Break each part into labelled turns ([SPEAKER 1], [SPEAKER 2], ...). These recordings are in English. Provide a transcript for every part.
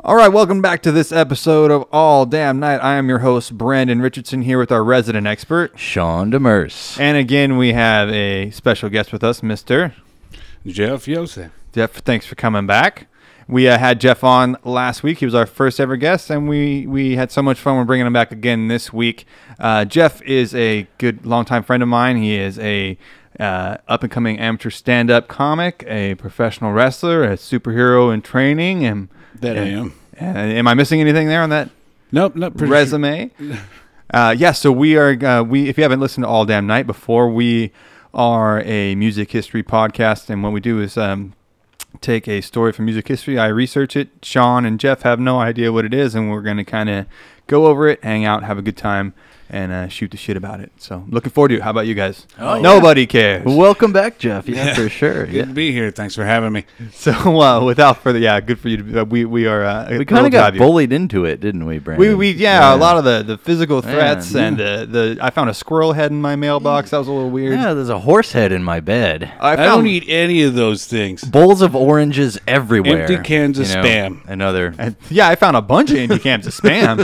[SPEAKER 1] All right, welcome back to this episode of All Damn Night. I am your host, Brandon Richardson, here with our resident expert.
[SPEAKER 2] Sean Demers.
[SPEAKER 1] And again, we have a special guest with us, Mr.
[SPEAKER 3] Jeff Yosef.
[SPEAKER 1] Jeff. Thanks for coming back. We uh, had Jeff on last week. He was our first ever guest, and we, we had so much fun. We're bringing him back again this week. Uh, Jeff is a good longtime friend of mine. He is a uh, up and coming amateur stand up comic, a professional wrestler, a superhero in training, and
[SPEAKER 3] That I am.
[SPEAKER 1] and am I missing anything there on that
[SPEAKER 3] Nope, not pretty sure.
[SPEAKER 1] resume. Uh, yeah, so we are uh, we if you haven't listened to All Damn Night before, we are a music history podcast, and what we do is um, take a story from music history. I research it. Sean and Jeff have no idea what it is, and we're gonna kind of go over it, hang out, have a good time, and uh, shoot the shit about it. So looking forward to it. How about you guys?
[SPEAKER 3] Oh, yeah.
[SPEAKER 1] Nobody cares.
[SPEAKER 2] Welcome back, Jeff. Yeah, for sure.
[SPEAKER 3] Good
[SPEAKER 2] Yeah.
[SPEAKER 3] to be here. Thanks for having me.
[SPEAKER 1] So uh, without further, yeah, good for you. To be, uh, we we are uh,
[SPEAKER 2] We kind of got
[SPEAKER 1] both.
[SPEAKER 2] bullied into it, didn't we, Brandon?
[SPEAKER 1] We, we yeah, a lot of the, the physical threats
[SPEAKER 2] Yeah.
[SPEAKER 1] and uh, the I found a squirrel head in my mailbox. That was a little weird.
[SPEAKER 2] Yeah, there's a horse head in my bed.
[SPEAKER 1] I
[SPEAKER 3] I,
[SPEAKER 1] found
[SPEAKER 3] don't eat any of those things.
[SPEAKER 2] Bowls of oranges everywhere.
[SPEAKER 3] Empty cans of Spam.
[SPEAKER 2] Another.
[SPEAKER 1] and- yeah, I found a bunch of indie camps of spam.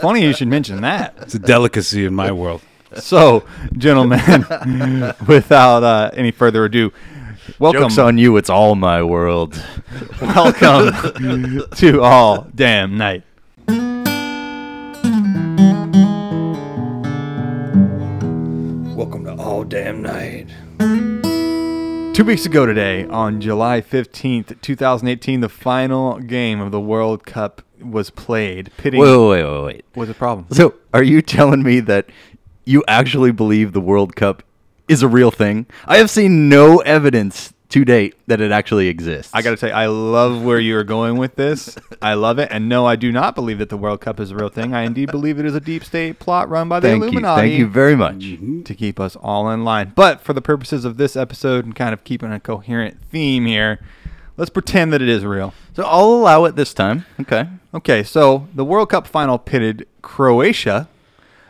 [SPEAKER 1] Funny you should mention that.
[SPEAKER 3] It's a delicacy in my world.
[SPEAKER 1] So, gentlemen, without uh, any further ado, welcome
[SPEAKER 2] Jokes on you. It's all my world.
[SPEAKER 1] welcome to all damn night. Welcome to all damn night. Two weeks ago today, on July 15th, 2018, the final game of the World Cup was played. Pitting
[SPEAKER 2] Wait, wait, wait, wait, wait.
[SPEAKER 1] was a problem.
[SPEAKER 2] So, are you telling me that you actually believe the World Cup is a real thing? I have seen no evidence to date that it actually exists.
[SPEAKER 1] I got to tell you, I love where you are going with this. I love it. And no, I do not believe that the World Cup is a real thing. I indeed believe it is a deep state plot run by the
[SPEAKER 2] Thank you.
[SPEAKER 1] Illuminati. Mm-hmm.
[SPEAKER 2] Thank you very much.
[SPEAKER 1] to keep us all in line. But for the purposes of this episode and kind of keeping a coherent theme here, let's pretend that it is real.
[SPEAKER 2] So I'll allow it this time. Okay.
[SPEAKER 1] Okay, so the World Cup final pitted Croatia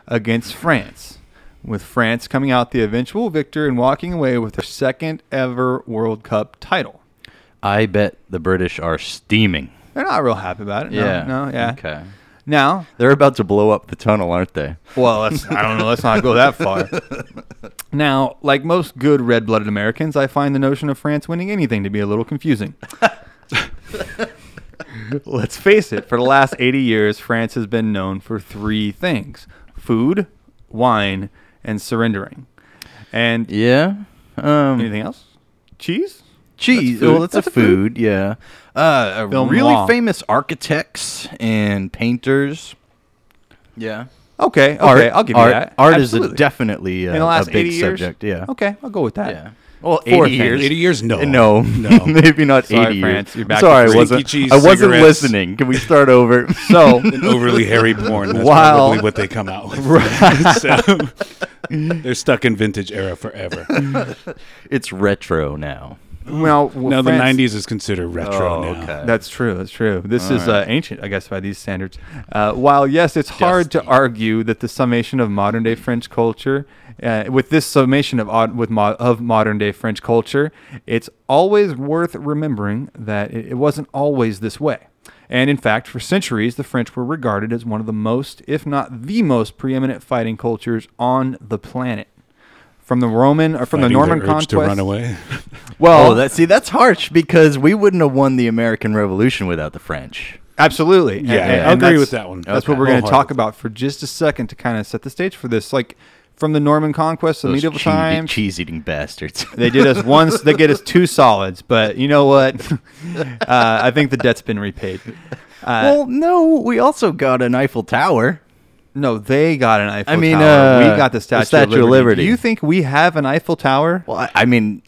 [SPEAKER 1] against France, with France coming out the eventual victor and walking away with their second ever World Cup title.
[SPEAKER 2] I bet the British are steaming.
[SPEAKER 1] They're not real happy about it. No,
[SPEAKER 2] yeah.
[SPEAKER 1] No, yeah.
[SPEAKER 2] Okay.
[SPEAKER 1] Now,
[SPEAKER 2] They're about to blow up the tunnel, aren't they?
[SPEAKER 1] Well, let's, I don't know. Let's not go that far. Now, like most good red blooded Americans, I find the notion of France winning anything to be a little confusing. let's face it, for the last 80 years, France has been known for three things food, wine, and surrendering. And
[SPEAKER 2] Yeah. Um,
[SPEAKER 1] anything else? Cheese? That's
[SPEAKER 2] Cheese.
[SPEAKER 1] food.
[SPEAKER 2] well, that's, a,
[SPEAKER 1] That's a
[SPEAKER 2] food. Yeah. Uh, a
[SPEAKER 1] Film
[SPEAKER 2] really
[SPEAKER 1] law.
[SPEAKER 2] famous architects and painters. Yeah.
[SPEAKER 1] Okay, okay,
[SPEAKER 2] Art.
[SPEAKER 1] I'll give
[SPEAKER 2] art,
[SPEAKER 1] you that.
[SPEAKER 2] Art
[SPEAKER 1] Absolutely.
[SPEAKER 2] is a definitely uh,
[SPEAKER 1] in the last
[SPEAKER 2] a big
[SPEAKER 1] 80 years.
[SPEAKER 2] subject. Yeah.
[SPEAKER 1] Okay, I'll go with that.
[SPEAKER 2] Yeah. Well,
[SPEAKER 1] Four things.
[SPEAKER 2] 80 years.
[SPEAKER 3] 80 years? No.
[SPEAKER 2] No,
[SPEAKER 3] No.
[SPEAKER 2] maybe not
[SPEAKER 1] Sorry,
[SPEAKER 2] 80
[SPEAKER 1] France,
[SPEAKER 2] years.
[SPEAKER 1] you're back
[SPEAKER 2] Sorry,
[SPEAKER 1] to
[SPEAKER 2] I wasn't.
[SPEAKER 3] Stinky cheese
[SPEAKER 2] I wasn't
[SPEAKER 3] cigarettes.
[SPEAKER 2] listening. Can we start over?
[SPEAKER 1] So,
[SPEAKER 3] An overly hairy porn. That's
[SPEAKER 1] Wow.
[SPEAKER 3] probably what they come out with. Right. so, they're stuck in vintage era forever.
[SPEAKER 2] it's retro now.
[SPEAKER 1] well,
[SPEAKER 3] now the
[SPEAKER 1] France- Oh,
[SPEAKER 3] 90s is considered retro now.
[SPEAKER 1] That's true. That's true. This is uh, ancient, I guess, by these standards. Uh, while yes, it's hard to
[SPEAKER 2] Dusty.
[SPEAKER 1] argue that the summation of modern day French culture, uh, with this summation of od- with mo- of modern day French culture, it's always worth remembering that it, it wasn't always this way. And in fact, for centuries, the French were regarded as one of the most, if not the most, preeminent fighting cultures on the planet. From the Roman or from
[SPEAKER 3] Fighting
[SPEAKER 1] the Norman
[SPEAKER 3] urge
[SPEAKER 1] conquest.
[SPEAKER 3] to run away.
[SPEAKER 1] Well,
[SPEAKER 2] Oh, that see, that's harsh because we wouldn't have won the American Revolution without the French.
[SPEAKER 1] Absolutely. And-
[SPEAKER 3] Yeah,
[SPEAKER 1] and-
[SPEAKER 3] I
[SPEAKER 1] and
[SPEAKER 3] agree
[SPEAKER 1] that's-
[SPEAKER 3] with that one.
[SPEAKER 1] That's what
[SPEAKER 3] Okay.
[SPEAKER 1] we're going to
[SPEAKER 3] Wholeheartedly.
[SPEAKER 1] talk about for just a second to kind of set the stage for this. Like from the Norman conquest, the
[SPEAKER 2] Those
[SPEAKER 1] medieval
[SPEAKER 2] cheese-
[SPEAKER 1] times,
[SPEAKER 2] cheese-eating bastards.
[SPEAKER 1] they did us once. They get us two solids, but you know what? uh, I think the debt's been repaid. Uh,
[SPEAKER 2] well, no, we also got an Eiffel Tower.
[SPEAKER 1] no, they got an Eiffel
[SPEAKER 2] I mean,
[SPEAKER 1] Tower.
[SPEAKER 2] uh,
[SPEAKER 1] we got the
[SPEAKER 2] the
[SPEAKER 1] Statue,
[SPEAKER 2] Statue of
[SPEAKER 1] of
[SPEAKER 2] Liberty.
[SPEAKER 1] Do you think we have an Eiffel Tower?
[SPEAKER 2] Well, I, I mean,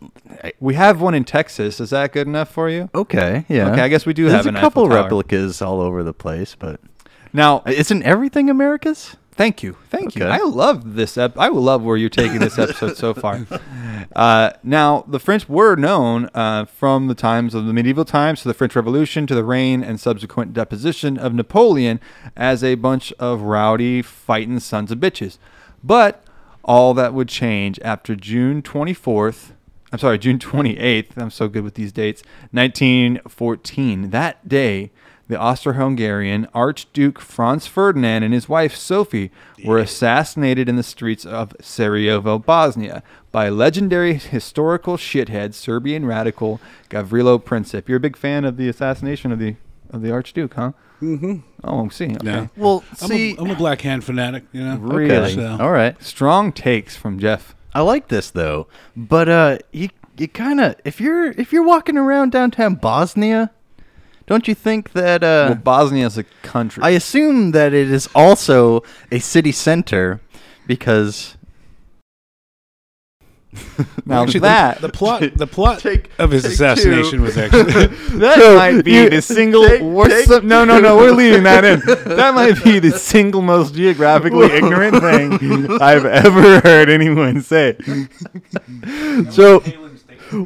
[SPEAKER 2] I-
[SPEAKER 1] We have one in Texas. Is that good enough for you?
[SPEAKER 2] okay, yeah.
[SPEAKER 1] Okay, I guess we do
[SPEAKER 2] There's
[SPEAKER 1] have an
[SPEAKER 2] a
[SPEAKER 1] Eiffel
[SPEAKER 2] couple
[SPEAKER 1] Tower.
[SPEAKER 2] replicas all over the place, but uh,
[SPEAKER 1] Now,
[SPEAKER 2] isn't everything America's?
[SPEAKER 1] Thank you, thank you.
[SPEAKER 2] Okay.
[SPEAKER 1] I love this. Ep- I love where you're taking this episode so far. Uh, now, the French were known uh, from the times of the medieval times to the French Revolution to the reign and subsequent deposition of Napoleon as a bunch of rowdy, fighting sons of bitches. But all that would change after June 24th. I'm sorry, June 28th. I'm so good with these dates. 1914. That day, the Austro-Hungarian Archduke Franz Ferdinand and his wife Sophie were assassinated in the streets of Sarajevo, Bosnia, by legendary historical shithead Serbian radical Gavrilo Princip. You're a big fan of the assassination of the of the Archduke, huh? Mm-hmm. Oh, I see. Okay.
[SPEAKER 3] Yeah.
[SPEAKER 2] Well,
[SPEAKER 3] I'm,
[SPEAKER 2] see,
[SPEAKER 3] a, I'm a black hand fanatic, you know.
[SPEAKER 1] Really?
[SPEAKER 2] okay.
[SPEAKER 3] So-
[SPEAKER 2] all right.
[SPEAKER 1] Strong takes from Jeff.
[SPEAKER 2] I like this though, but uh, you you kind of if you're if you're walking around downtown Bosnia, don't you think that uh,
[SPEAKER 1] Well, Bosnia is a country.
[SPEAKER 2] I assume that it is also a city center because
[SPEAKER 1] now
[SPEAKER 3] Actually, the-
[SPEAKER 1] that
[SPEAKER 3] the, plot, the plot
[SPEAKER 2] Take-
[SPEAKER 3] of his
[SPEAKER 2] take
[SPEAKER 3] assassination
[SPEAKER 2] two.
[SPEAKER 3] was actually
[SPEAKER 1] That
[SPEAKER 2] So,
[SPEAKER 1] might be
[SPEAKER 2] you-
[SPEAKER 1] the single
[SPEAKER 2] take-
[SPEAKER 1] worst.
[SPEAKER 2] take-
[SPEAKER 1] no, no, no. We're leaving that in. That might be the single most geographically ignorant thing I've ever heard anyone say.
[SPEAKER 2] so.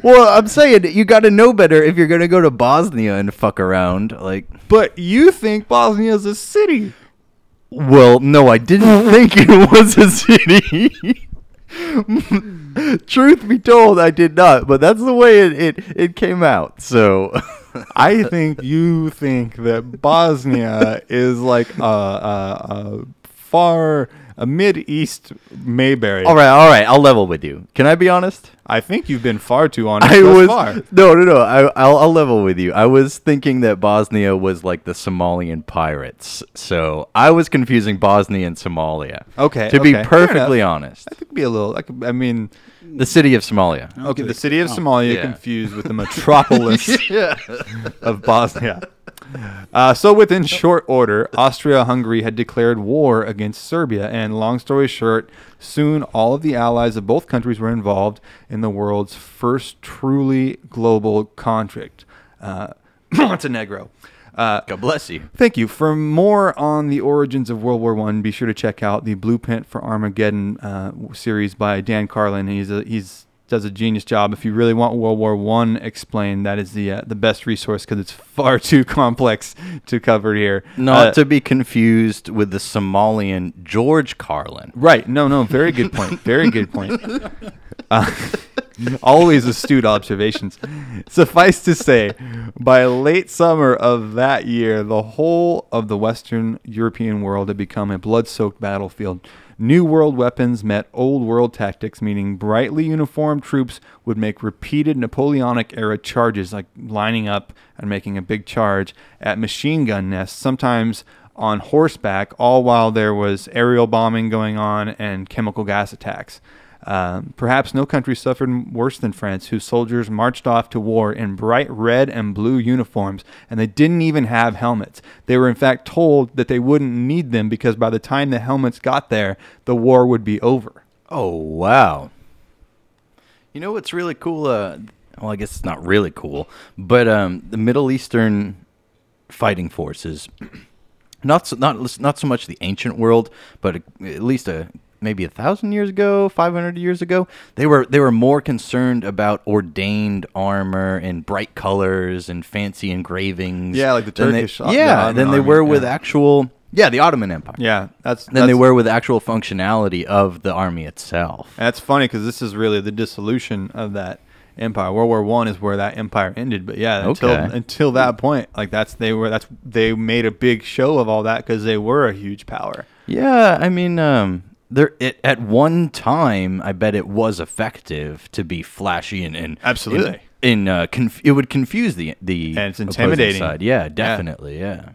[SPEAKER 2] Well, I'm saying you got to know better if you're gonna go to Bosnia and fuck around. Like,
[SPEAKER 1] But you think Bosnia is a city?
[SPEAKER 2] well, no, I didn't think it was a city. Truth be told, I did not, but that's the way it it, it came out. So,
[SPEAKER 1] I think you think that Bosnia is like a, a, a far a mid east Mayberry.
[SPEAKER 2] all right, all right, I'll level with you. Can I be honest?
[SPEAKER 1] I think you've been far too honest
[SPEAKER 2] I
[SPEAKER 1] thus
[SPEAKER 2] was
[SPEAKER 1] far.
[SPEAKER 2] no, no, no. I, I'll, I'll level with you. I was thinking that Bosnia was like the Somalian pirates, so I was confusing Bosnia and Somalia.
[SPEAKER 1] Okay,
[SPEAKER 2] to
[SPEAKER 1] okay.
[SPEAKER 2] be perfectly honest,
[SPEAKER 1] I could be a little. I, could, I mean,
[SPEAKER 2] the city of Somalia.
[SPEAKER 1] okay, the city of Somalia
[SPEAKER 2] yeah.
[SPEAKER 1] confused with the metropolis
[SPEAKER 2] yeah.
[SPEAKER 1] of Bosnia. Uh, so, within short order, Austria Hungary had declared war against Serbia, and long story short, soon all of the allies of both countries were involved in the world's first truly global conflict uh, Montenegro. Uh,
[SPEAKER 2] God bless you.
[SPEAKER 1] Thank you. For more on the origins of World War One, be sure to check out the Blueprint for Armageddon uh, series by Dan Carlin. He's a, he's does a genius job. If you really want World War One explained, that is the uh, the best resource because it's far too complex to cover here.
[SPEAKER 2] Not
[SPEAKER 1] Uh,
[SPEAKER 2] to be confused with the Somalian George Carlin.
[SPEAKER 1] Right. No, no. Very good point. Very good point. Uh, always astute observations. Suffice to say, by late summer of that year, the whole of the Western European world had become a blood soaked battlefield. New world weapons met old world tactics, meaning brightly uniformed troops would make repeated Napoleonic era charges, like lining up and making a big charge at machine gun nests, sometimes on horseback, all while there was aerial bombing going on and chemical gas attacks. Um, perhaps no country suffered m- worse than France, whose soldiers marched off to war in bright red and blue uniforms, and they didn't even have helmets. They were, in fact, told that they wouldn't need them because by the time the helmets got there, the war would be over.
[SPEAKER 2] Oh wow! You know what's really cool? Uh, well, I guess it's not really cool, but um, the Middle Eastern fighting forces, not so, not not so much the ancient world, but at least a maybe a thousand years ago, five hundred years ago, they were they were more concerned about ordained armor and bright colors and fancy engravings.
[SPEAKER 1] Yeah, like the
[SPEAKER 2] than they-
[SPEAKER 1] Turkish, uh, the
[SPEAKER 2] yeah,
[SPEAKER 1] Ottoman
[SPEAKER 2] than they
[SPEAKER 1] army,
[SPEAKER 2] were with
[SPEAKER 1] yeah.
[SPEAKER 2] actual. Yeah, the Ottoman Empire.
[SPEAKER 1] Yeah, that's
[SPEAKER 2] Than they
[SPEAKER 1] that's-
[SPEAKER 2] were with actual functionality of the army itself.
[SPEAKER 1] And that's funny because this is really the dissolution of that empire. World War One is where that empire ended. But yeah, until
[SPEAKER 2] Okay.
[SPEAKER 1] until that point, like that's they were that's they made a big show of all that because they were a huge power.
[SPEAKER 2] Yeah, I mean, um, there it, at one time, I bet it was effective to be flashy and, and
[SPEAKER 1] Absolutely.
[SPEAKER 2] In, in, uh, conf- it would confuse the the
[SPEAKER 1] And it's
[SPEAKER 2] opposing
[SPEAKER 1] intimidating.
[SPEAKER 2] Side. Yeah, definitely. Yeah.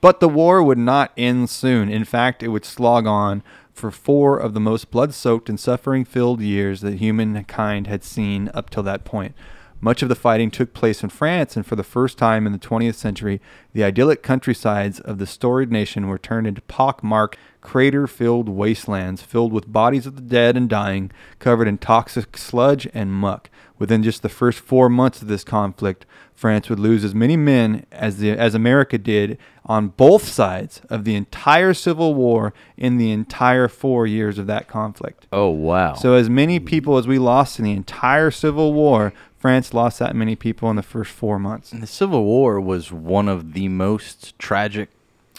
[SPEAKER 1] But the war would not end soon. In fact, it would slog on for four of the most blood soaked and suffering filled years that humankind had seen up till that point. Much of the fighting took place in France, and for the first time in the 20th century, the idyllic countrysides of the storied nation were turned into pockmarked, crater filled wastelands filled with bodies of the dead and dying, covered in toxic sludge and muck. Within just the first four months of this conflict, France would lose as many men as the as America did on both sides of the entire Civil War in the entire four years of that conflict.
[SPEAKER 2] Oh wow.
[SPEAKER 1] So as many people as we lost in the entire Civil War, France lost that many people in the first four months.
[SPEAKER 2] the Civil War was one of the most tragic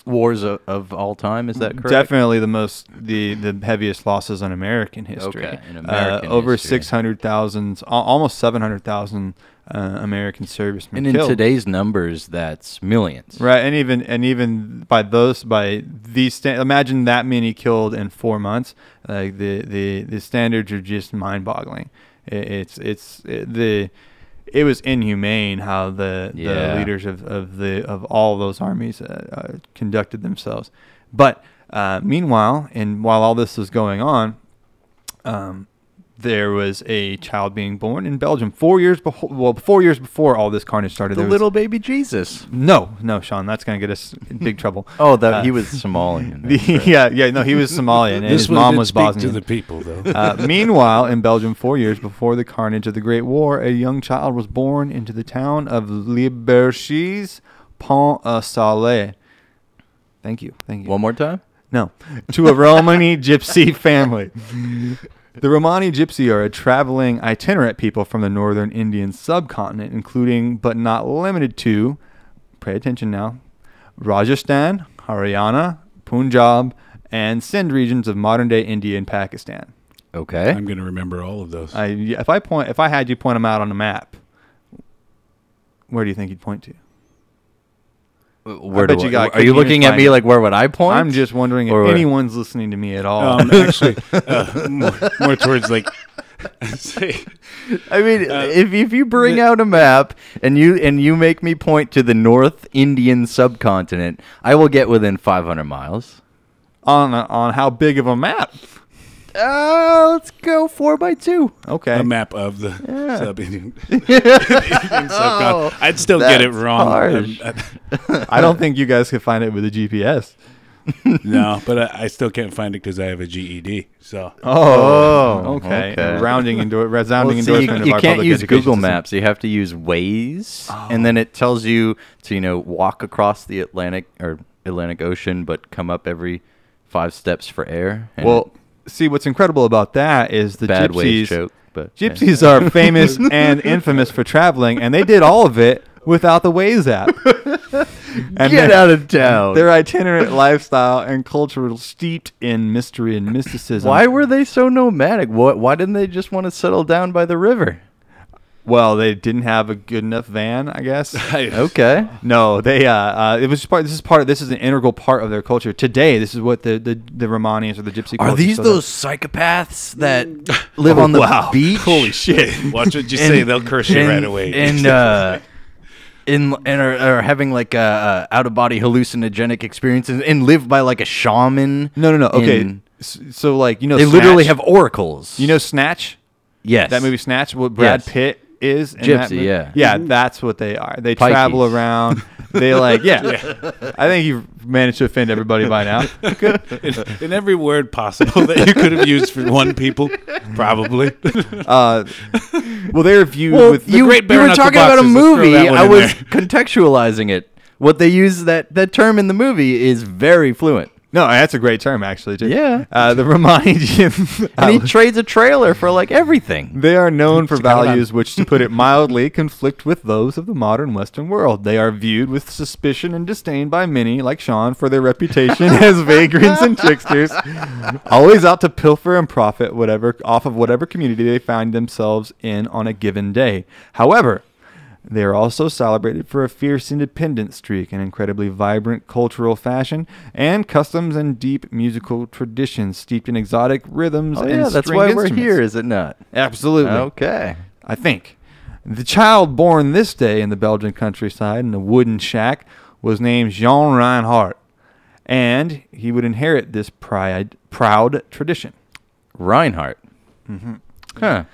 [SPEAKER 2] wars of, of all time. Is that correct?
[SPEAKER 1] Definitely the most the the heaviest losses in American history.
[SPEAKER 2] Okay, in American
[SPEAKER 1] uh, over
[SPEAKER 2] history.
[SPEAKER 1] six hundred thousand, almost seven hundred thousand uh, American servicemen
[SPEAKER 2] And in
[SPEAKER 1] killed.
[SPEAKER 2] today's numbers, that's millions.
[SPEAKER 1] Right, and even and even by those by these sta- imagine that many killed in four months. Like the the the standards are just mind-boggling. It, it's it's it, the it was inhumane how the,
[SPEAKER 2] Yeah.
[SPEAKER 1] the leaders of, of the of all those armies uh, uh, conducted themselves. But uh, meanwhile, and while all this was going on, um, there was a child being born in Belgium four years before. Well, four years before all this carnage started.
[SPEAKER 2] The
[SPEAKER 1] there was-
[SPEAKER 2] little baby Jesus.
[SPEAKER 1] no, no, Sean, that's going to get us in big trouble.
[SPEAKER 2] Oh, that
[SPEAKER 1] Uh,
[SPEAKER 2] he was Somalian.
[SPEAKER 1] the, yeah, yeah, no, he was Somalian, and his
[SPEAKER 3] one
[SPEAKER 1] mom
[SPEAKER 3] did
[SPEAKER 1] was
[SPEAKER 3] speak
[SPEAKER 1] Bosnian.
[SPEAKER 3] to the people, though.
[SPEAKER 1] uh, meanwhile, in Belgium, four years before the carnage of the Great War, a young child was born into the town of Liberchies Pont à Salé. Thank you, thank you.
[SPEAKER 2] One more time.
[SPEAKER 1] No, to a Romani gypsy family. The Romani gypsy are a traveling itinerant people from the northern Indian subcontinent, including but not limited to, pay attention now, Rajasthan, Haryana, Punjab, and Sindh regions of modern day India and Pakistan.
[SPEAKER 2] Okay.
[SPEAKER 3] I'm going to remember all of those.
[SPEAKER 1] I, if I point, if I had you point them out on a map, where do you think you'd point to?
[SPEAKER 2] Where
[SPEAKER 1] bet
[SPEAKER 2] do
[SPEAKER 1] you got
[SPEAKER 2] are you
[SPEAKER 1] Kidney
[SPEAKER 2] looking at me
[SPEAKER 1] Spinal.
[SPEAKER 2] like where would I point?
[SPEAKER 1] I'm just wondering if
[SPEAKER 2] Or-
[SPEAKER 1] anyone's listening to me at all.
[SPEAKER 3] um, actually, uh, more, more towards like, say,
[SPEAKER 2] I mean,
[SPEAKER 3] Uh,
[SPEAKER 2] if if you bring
[SPEAKER 3] the-
[SPEAKER 2] out a map and you and you make me point to the North Indian subcontinent, I will get within 500 miles.
[SPEAKER 1] on on how big of a map?
[SPEAKER 2] Uh, let's go four by two.
[SPEAKER 1] Okay,
[SPEAKER 3] a map of the
[SPEAKER 2] Yeah. Oh,
[SPEAKER 3] sub Indian. I'd still get it
[SPEAKER 2] that's
[SPEAKER 3] wrong.
[SPEAKER 2] harsh.
[SPEAKER 3] Um,
[SPEAKER 1] I don't think you guys could find it with a GPS.
[SPEAKER 3] I- no, but I, I still can't find it because I have a GED. So
[SPEAKER 1] Oh, okay.
[SPEAKER 2] okay.
[SPEAKER 1] A rounding into a resounding
[SPEAKER 2] Well, see,
[SPEAKER 1] endorsement
[SPEAKER 2] you,
[SPEAKER 1] of
[SPEAKER 2] you
[SPEAKER 1] our
[SPEAKER 2] can't
[SPEAKER 1] public
[SPEAKER 2] use
[SPEAKER 1] education
[SPEAKER 2] Google
[SPEAKER 1] system.
[SPEAKER 2] Maps. You have to use Waze, and then it tells you to you know walk across the Atlantic or Atlantic Ocean, but come up every five steps for air. and
[SPEAKER 1] Well, see what's incredible about that is the
[SPEAKER 2] bad Waze
[SPEAKER 1] gypsies.
[SPEAKER 2] joke, but yeah.
[SPEAKER 1] Gypsies are famous and infamous for traveling, and they did all of it without the Waze app. And
[SPEAKER 2] Get
[SPEAKER 1] their-
[SPEAKER 2] out of town.
[SPEAKER 1] Their itinerant lifestyle and culture was steeped in mystery and mysticism.
[SPEAKER 2] Why were they so nomadic? What? Why didn't they just want to settle down by the river?
[SPEAKER 1] Well, they didn't have a good enough van, I guess.
[SPEAKER 3] I,
[SPEAKER 2] Okay.
[SPEAKER 1] No, they. Uh, uh, it was part. This is part. This is an integral part of their culture today. This is what the the, the Romanians or the Gypsy.
[SPEAKER 2] Are
[SPEAKER 1] culture
[SPEAKER 2] these
[SPEAKER 1] still does.
[SPEAKER 2] those psychopaths that live on the
[SPEAKER 1] wow.
[SPEAKER 2] beach? Mm. Oh, Holy
[SPEAKER 3] shit! Watch what you say. They'll curse you right away.
[SPEAKER 2] And uh, in and are, are having like uh, uh, out of body hallucinogenic experiences and live by like a shaman.
[SPEAKER 1] No, no, no. Okay.
[SPEAKER 2] and
[SPEAKER 1] S So like you know,
[SPEAKER 2] they literally
[SPEAKER 1] Snatch?
[SPEAKER 2] have oracles.
[SPEAKER 1] You know, Snatch.
[SPEAKER 2] yes,
[SPEAKER 1] That movie Snatch. What Brad
[SPEAKER 2] Yes.
[SPEAKER 1] Pitt is. in that
[SPEAKER 2] Gypsy,
[SPEAKER 1] movie.
[SPEAKER 2] yeah.
[SPEAKER 1] Yeah, that's what they are. They
[SPEAKER 2] Pikeys.
[SPEAKER 1] travel around. They like yeah. I think you've managed to offend everybody by now.
[SPEAKER 3] in, in every word possible that you could have used for one people, probably.
[SPEAKER 1] Uh, well, they're viewed
[SPEAKER 2] Well,
[SPEAKER 1] with
[SPEAKER 2] you,
[SPEAKER 3] Great
[SPEAKER 2] you
[SPEAKER 3] Bare
[SPEAKER 2] were
[SPEAKER 3] Knuckle
[SPEAKER 2] talking about a
[SPEAKER 3] Boxes, let's throw
[SPEAKER 2] movie.
[SPEAKER 3] that one
[SPEAKER 2] I
[SPEAKER 3] in
[SPEAKER 2] was
[SPEAKER 3] there.
[SPEAKER 2] contextualizing it. What they use that that term in the movie is very fluent.
[SPEAKER 1] no. That's a great term actually. Too.
[SPEAKER 2] Yeah.
[SPEAKER 1] Uh, the Romanians.
[SPEAKER 2] And he trades a trailer for like everything.
[SPEAKER 1] They are known for
[SPEAKER 3] Hold on.
[SPEAKER 1] values which, to put it mildly, conflict with those of the modern Western world. They are viewed with suspicion and disdain by many, like Sean, for their reputation as vagrants and tricksters, always out to pilfer and profit whatever off of whatever community they find themselves in on a given day. However, they are also celebrated for a fierce independent streak, an incredibly vibrant cultural fashion, and customs and deep musical traditions steeped in exotic rhythms
[SPEAKER 2] Oh
[SPEAKER 1] and
[SPEAKER 2] yeah, that's
[SPEAKER 1] stringed
[SPEAKER 2] why we're
[SPEAKER 1] instruments.
[SPEAKER 2] here, is it not?
[SPEAKER 1] Absolutely.
[SPEAKER 2] Okay.
[SPEAKER 1] I think. The child born this day in the Belgian countryside in a wooden shack was named Jean Reinhardt, and he would inherit this pride, proud tradition.
[SPEAKER 2] Reinhardt. Huh.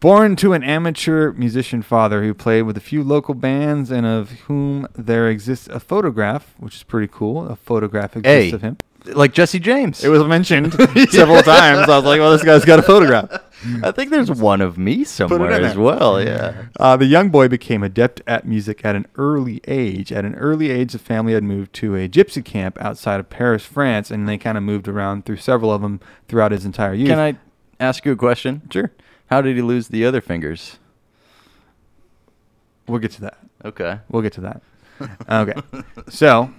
[SPEAKER 1] Born to an amateur musician father who played with a few local bands and of whom there exists a photograph, which is pretty cool. A photograph exists
[SPEAKER 2] Hey.
[SPEAKER 1] of him.
[SPEAKER 2] Like Jesse James.
[SPEAKER 1] It was mentioned several times. I was like, well, this guy's got a photograph.
[SPEAKER 2] I think there's one of me somewhere
[SPEAKER 1] in
[SPEAKER 2] as
[SPEAKER 1] there.
[SPEAKER 2] well. Yeah.
[SPEAKER 1] Uh, the young boy became adept at music at an early age. At an early age, the family had moved to a gypsy camp outside of Paris, France, and they kind of moved around through several of them throughout his entire youth.
[SPEAKER 2] Can I ask you a question?
[SPEAKER 1] Sure.
[SPEAKER 2] How did he lose the other fingers?
[SPEAKER 1] We'll get to that.
[SPEAKER 2] Okay.
[SPEAKER 1] We'll get to that. okay. So,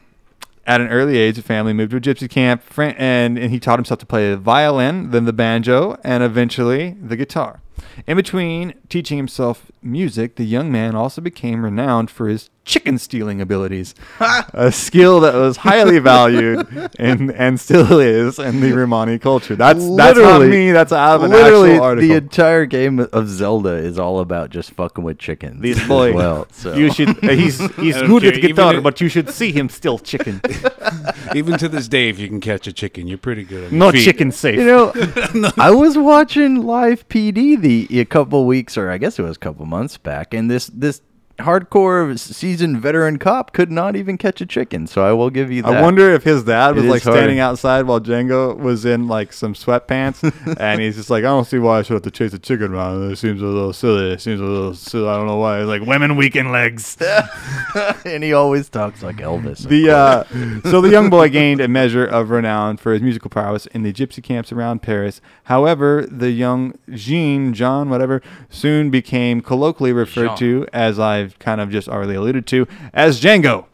[SPEAKER 1] At an early age, the family moved to a gypsy camp, Fran- and, and he taught himself to play the violin, then the banjo, and eventually the guitar. In between teaching himself music, the young man also became renowned for his chicken stealing abilities, a skill that was highly valued and, and still is in the Romani culture. That's that's not
[SPEAKER 2] Literally-
[SPEAKER 1] me. That's out of an
[SPEAKER 2] Literally,
[SPEAKER 1] actual article.
[SPEAKER 2] the entire game of Zelda is all about just fucking with chickens.
[SPEAKER 1] This
[SPEAKER 2] as
[SPEAKER 1] boy,
[SPEAKER 2] well, so.
[SPEAKER 1] you should. He's he's
[SPEAKER 3] don't
[SPEAKER 1] good at
[SPEAKER 3] care, even
[SPEAKER 1] guitar,
[SPEAKER 3] if-
[SPEAKER 1] but you should see him still chicken.
[SPEAKER 3] Even to this day, if you can catch a chicken, you're pretty good. At
[SPEAKER 1] Not chicken safe.
[SPEAKER 2] You know, I was watching Live PD the a couple weeks, or I guess it was a couple months back, and this this hardcore seasoned veteran cop could not even catch a chicken. So I will give you that.
[SPEAKER 1] I wonder if his dad was
[SPEAKER 2] is
[SPEAKER 1] like standing
[SPEAKER 2] hard.
[SPEAKER 1] outside while Django was in like some sweatpants, and he's just like, I don't see why I should have to chase a chicken around. It seems a little silly. It seems a little silly. I don't know why. He's like women weaken legs.
[SPEAKER 2] and he always talks like Elvis. of
[SPEAKER 1] The uh, so the young boy gained a measure of renown for his musical prowess in the gypsy camps around Paris. However, the young Jean, John, whatever, soon became colloquially referred
[SPEAKER 2] Jean.
[SPEAKER 1] to, as I've kind of just already alluded to, as Django.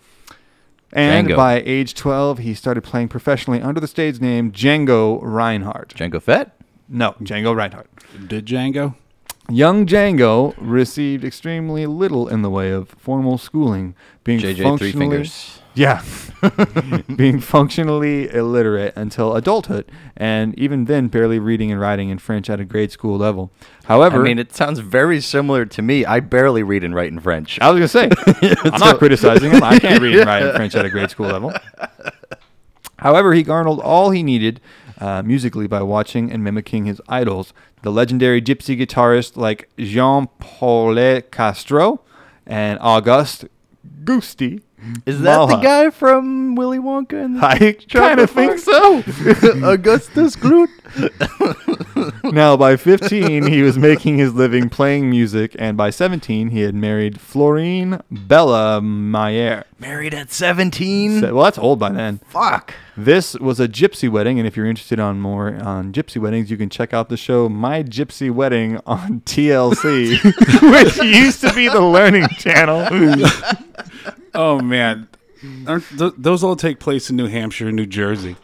[SPEAKER 1] And
[SPEAKER 2] Django.
[SPEAKER 1] by age 12, he started playing professionally under the stage name Django Reinhardt.
[SPEAKER 2] Django Fett.
[SPEAKER 1] No, Django Reinhardt.
[SPEAKER 3] Did Django?
[SPEAKER 1] Young Django received extremely little in the way of formal schooling, being
[SPEAKER 2] JJ Three
[SPEAKER 1] functionally
[SPEAKER 2] Fingers.
[SPEAKER 1] yeah. Being functionally illiterate until adulthood, and even then barely reading and writing in French at a grade school level.
[SPEAKER 2] I
[SPEAKER 1] However, I,
[SPEAKER 2] mean, it sounds very similar to me. I barely read and write in French.
[SPEAKER 1] was going to say, I'm not criticizing him. I can't read and write in French at a grade school level. However, he garnered all he needed uh, musically by watching and mimicking his idols, the legendary gypsy guitarists like Jean Paul Castro and Auguste Gusti.
[SPEAKER 2] Is that the
[SPEAKER 1] Malha.
[SPEAKER 2] guy from Willy Wonka? And the
[SPEAKER 1] I kind
[SPEAKER 2] Chocolate
[SPEAKER 1] of think
[SPEAKER 2] Factory?
[SPEAKER 1] so.
[SPEAKER 2] Augustus Gloot.
[SPEAKER 1] Now, by 15, he was making his living playing music, and by 17, he had married Florine Bella Mayer.
[SPEAKER 2] Married at 17.
[SPEAKER 1] So- well, that's old by then.
[SPEAKER 2] Fuck.
[SPEAKER 1] This was a gypsy wedding, and if you're interested on more on gypsy weddings, you can check out the show My Gypsy Wedding on TLC, which used to be the Learning Channel.
[SPEAKER 3] Oh man, Aren't th- those all take place in New Hampshire and New Jersey.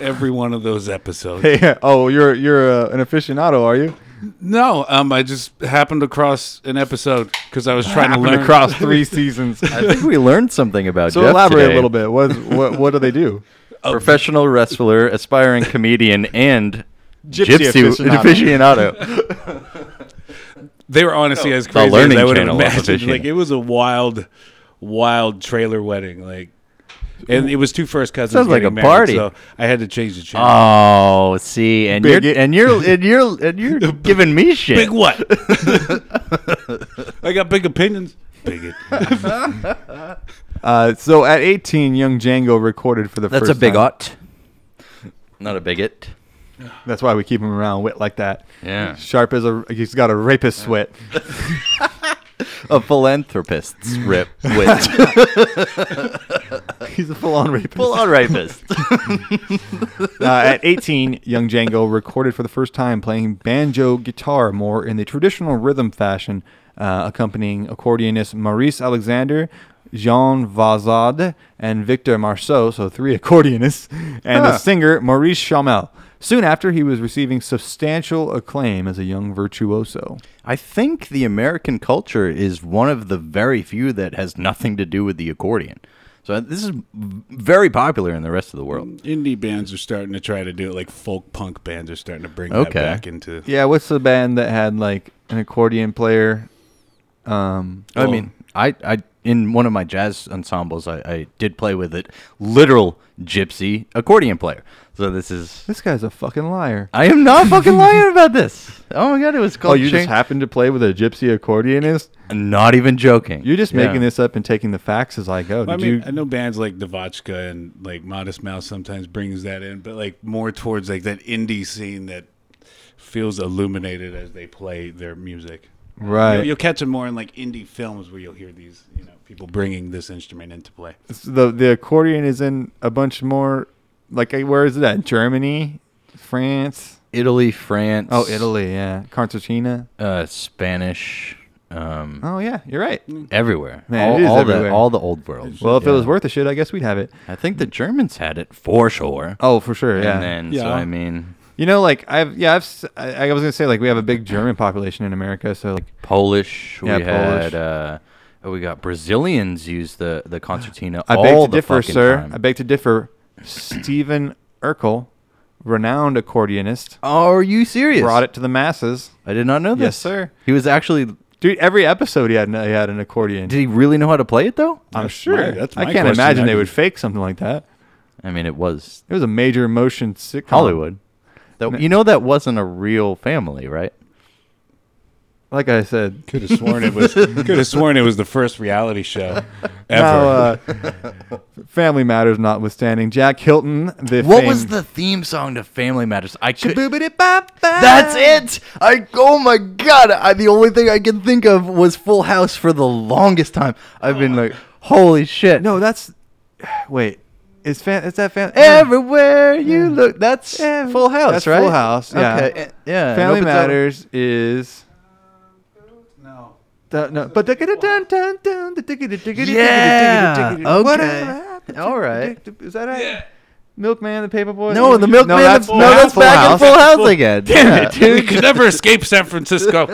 [SPEAKER 3] Every one of those episodes.
[SPEAKER 1] Hey, oh, you're you're uh, an aficionado, are you?
[SPEAKER 3] No, um, I just happened across an episode because I was trying to
[SPEAKER 1] Happened
[SPEAKER 3] learn.
[SPEAKER 1] across three seasons.
[SPEAKER 2] I think we learned something about
[SPEAKER 1] So
[SPEAKER 2] Jeff
[SPEAKER 1] elaborate
[SPEAKER 2] today.
[SPEAKER 1] a little bit. What what what do they do?
[SPEAKER 2] Professional wrestler, aspiring comedian, and
[SPEAKER 1] Gypsy
[SPEAKER 2] gypsy
[SPEAKER 1] aficionado.
[SPEAKER 2] aficionado.
[SPEAKER 3] They were honestly as crazy as
[SPEAKER 2] Learning
[SPEAKER 3] I would have
[SPEAKER 2] Channel
[SPEAKER 3] imagined.
[SPEAKER 2] officiating.
[SPEAKER 3] Like it was a wild, wild trailer wedding. Like, and it was two first cousins.
[SPEAKER 2] Sounds like
[SPEAKER 3] getting
[SPEAKER 2] a
[SPEAKER 3] married,
[SPEAKER 2] party.
[SPEAKER 3] So I had to change the channel.
[SPEAKER 2] Oh, see, and you're
[SPEAKER 1] Bigot.
[SPEAKER 2] and you're and you're and you're giving me shit.
[SPEAKER 3] big what? I got big opinions. Bigot.
[SPEAKER 1] Uh, so at 18, young Django recorded for the
[SPEAKER 2] That's
[SPEAKER 1] first
[SPEAKER 2] a big
[SPEAKER 1] time.
[SPEAKER 2] ot. Not a bigot.
[SPEAKER 1] That's why we keep him around wit like that.
[SPEAKER 2] Yeah.
[SPEAKER 1] Sharp as a he's got a rapist sweat.
[SPEAKER 2] A philanthropist's rip with
[SPEAKER 1] He's a full-on rapist.
[SPEAKER 2] full on rapist.
[SPEAKER 1] Uh, at 18, young Django recorded for the first time playing banjo guitar more in the traditional rhythm fashion, uh, accompanying accordionist Maurice Alexander, Jean Vazade, and Victor Marceau, so three accordionists, and the
[SPEAKER 2] Huh.
[SPEAKER 1] singer Maurice Chamel. Soon after, he was receiving substantial acclaim as a young virtuoso.
[SPEAKER 2] I think the American culture is one of the very few that has nothing to do with the accordion. So uh, this is v- very popular in the rest of the world.
[SPEAKER 3] Indie bands are starting to try to do it. Like folk punk bands are starting to bring that
[SPEAKER 2] Okay.
[SPEAKER 3] back into.
[SPEAKER 1] Yeah, what's the band that had like an accordion player? Um,
[SPEAKER 2] I
[SPEAKER 3] Well-
[SPEAKER 2] mean, I, I in one of my jazz ensembles, I, I did play with it, literal gypsy accordion player. So this is
[SPEAKER 1] this guy's a fucking liar.
[SPEAKER 2] I am not fucking lying about this. Oh my god, it was
[SPEAKER 1] Oh,
[SPEAKER 2] called.
[SPEAKER 1] you just
[SPEAKER 2] Ching-
[SPEAKER 1] happened to play with a gypsy accordionist?
[SPEAKER 2] I'm not even joking.
[SPEAKER 1] You're just
[SPEAKER 2] Yeah.
[SPEAKER 1] making this up and taking the facts as I go. Did
[SPEAKER 3] I mean,
[SPEAKER 1] you?
[SPEAKER 3] I know bands like Devotchka and like Modest Mouse sometimes brings that in, but like more towards like that indie scene that feels illuminated as they play their music.
[SPEAKER 1] Right.
[SPEAKER 3] You'll, you'll catch them more in like indie films where you'll hear these, you know, people bringing this instrument into play.
[SPEAKER 1] the the accordion is in a bunch more. Like, eh, where is it at? Germany, France.
[SPEAKER 2] Italy, France,
[SPEAKER 1] Oh, Italy. Yeah, concertina.
[SPEAKER 2] uh, Spanish, um,
[SPEAKER 1] Oh yeah, you're right.
[SPEAKER 2] everywhere.
[SPEAKER 1] Man,
[SPEAKER 2] all,
[SPEAKER 1] it is
[SPEAKER 2] all
[SPEAKER 1] everywhere.
[SPEAKER 2] the all the old world.
[SPEAKER 1] Well, if it was worth a shit, I guess we'd have it.
[SPEAKER 2] I think the Germans had it for sure.
[SPEAKER 1] Oh, for sure. Yeah.
[SPEAKER 2] And then, so
[SPEAKER 3] Yeah.
[SPEAKER 2] I mean,
[SPEAKER 1] you know, like I've yeah, I've si I I was gonna say like we have a big German population in America, so like
[SPEAKER 2] Polish.
[SPEAKER 1] Yeah,
[SPEAKER 2] we
[SPEAKER 1] Polish.
[SPEAKER 2] had. Uh, oh, we got Brazilians use the the concertina.
[SPEAKER 1] I
[SPEAKER 2] all
[SPEAKER 1] beg to
[SPEAKER 2] the
[SPEAKER 1] differ,
[SPEAKER 2] fucking
[SPEAKER 1] sir.
[SPEAKER 2] time.
[SPEAKER 1] I beg to differ. Stephen Urkel, renowned accordionist,
[SPEAKER 2] Oh, Are you serious?
[SPEAKER 1] brought it to the masses.
[SPEAKER 2] I did not know this.
[SPEAKER 1] Yes, sir.
[SPEAKER 2] He was actually.
[SPEAKER 1] Dude, every episode he had, he had an accordion.
[SPEAKER 2] Did he really know how to play it though?
[SPEAKER 1] I'm
[SPEAKER 3] That's
[SPEAKER 1] sure.
[SPEAKER 3] my- that's
[SPEAKER 1] I
[SPEAKER 3] my
[SPEAKER 1] can't imagine
[SPEAKER 3] question. I
[SPEAKER 1] they
[SPEAKER 3] didn't-
[SPEAKER 1] would fake something like that.
[SPEAKER 2] I mean, it was
[SPEAKER 1] It was a major motion sitcom.
[SPEAKER 2] Hollywood. That,
[SPEAKER 1] No.
[SPEAKER 2] You know that wasn't a real family, right?
[SPEAKER 1] Like I said.
[SPEAKER 3] Could have sworn it was. could have sworn it was the first reality show ever.
[SPEAKER 1] Now, uh, family matters notwithstanding, Jack Hilton, the
[SPEAKER 2] What was
[SPEAKER 1] famed-
[SPEAKER 2] the theme song to Family Matters? I could.
[SPEAKER 1] Shaboobity-bop-bop.
[SPEAKER 2] That's it. I oh my god! I, the only thing I can think of was Full House for the longest time. I've been like, holy
[SPEAKER 1] Oh
[SPEAKER 2] shit!
[SPEAKER 1] No, that's wait. Is fan? Is that fan?
[SPEAKER 2] everywhere you look, that's Full House,
[SPEAKER 1] Mm. that's
[SPEAKER 2] right?
[SPEAKER 1] Full House, yeah.
[SPEAKER 2] Okay. eh, Yeah. and
[SPEAKER 1] Family
[SPEAKER 2] opens up-
[SPEAKER 1] Matters is. No. No, but
[SPEAKER 2] Yeah,
[SPEAKER 1] Whatever
[SPEAKER 2] okay. All right.
[SPEAKER 1] Is that right? Milkman, the Paperboy.
[SPEAKER 2] No, the Milkman. No, that's, no, that's
[SPEAKER 1] Full
[SPEAKER 2] back
[SPEAKER 1] House.
[SPEAKER 2] in Full House again. Damn it,
[SPEAKER 3] we could never escape San Francisco.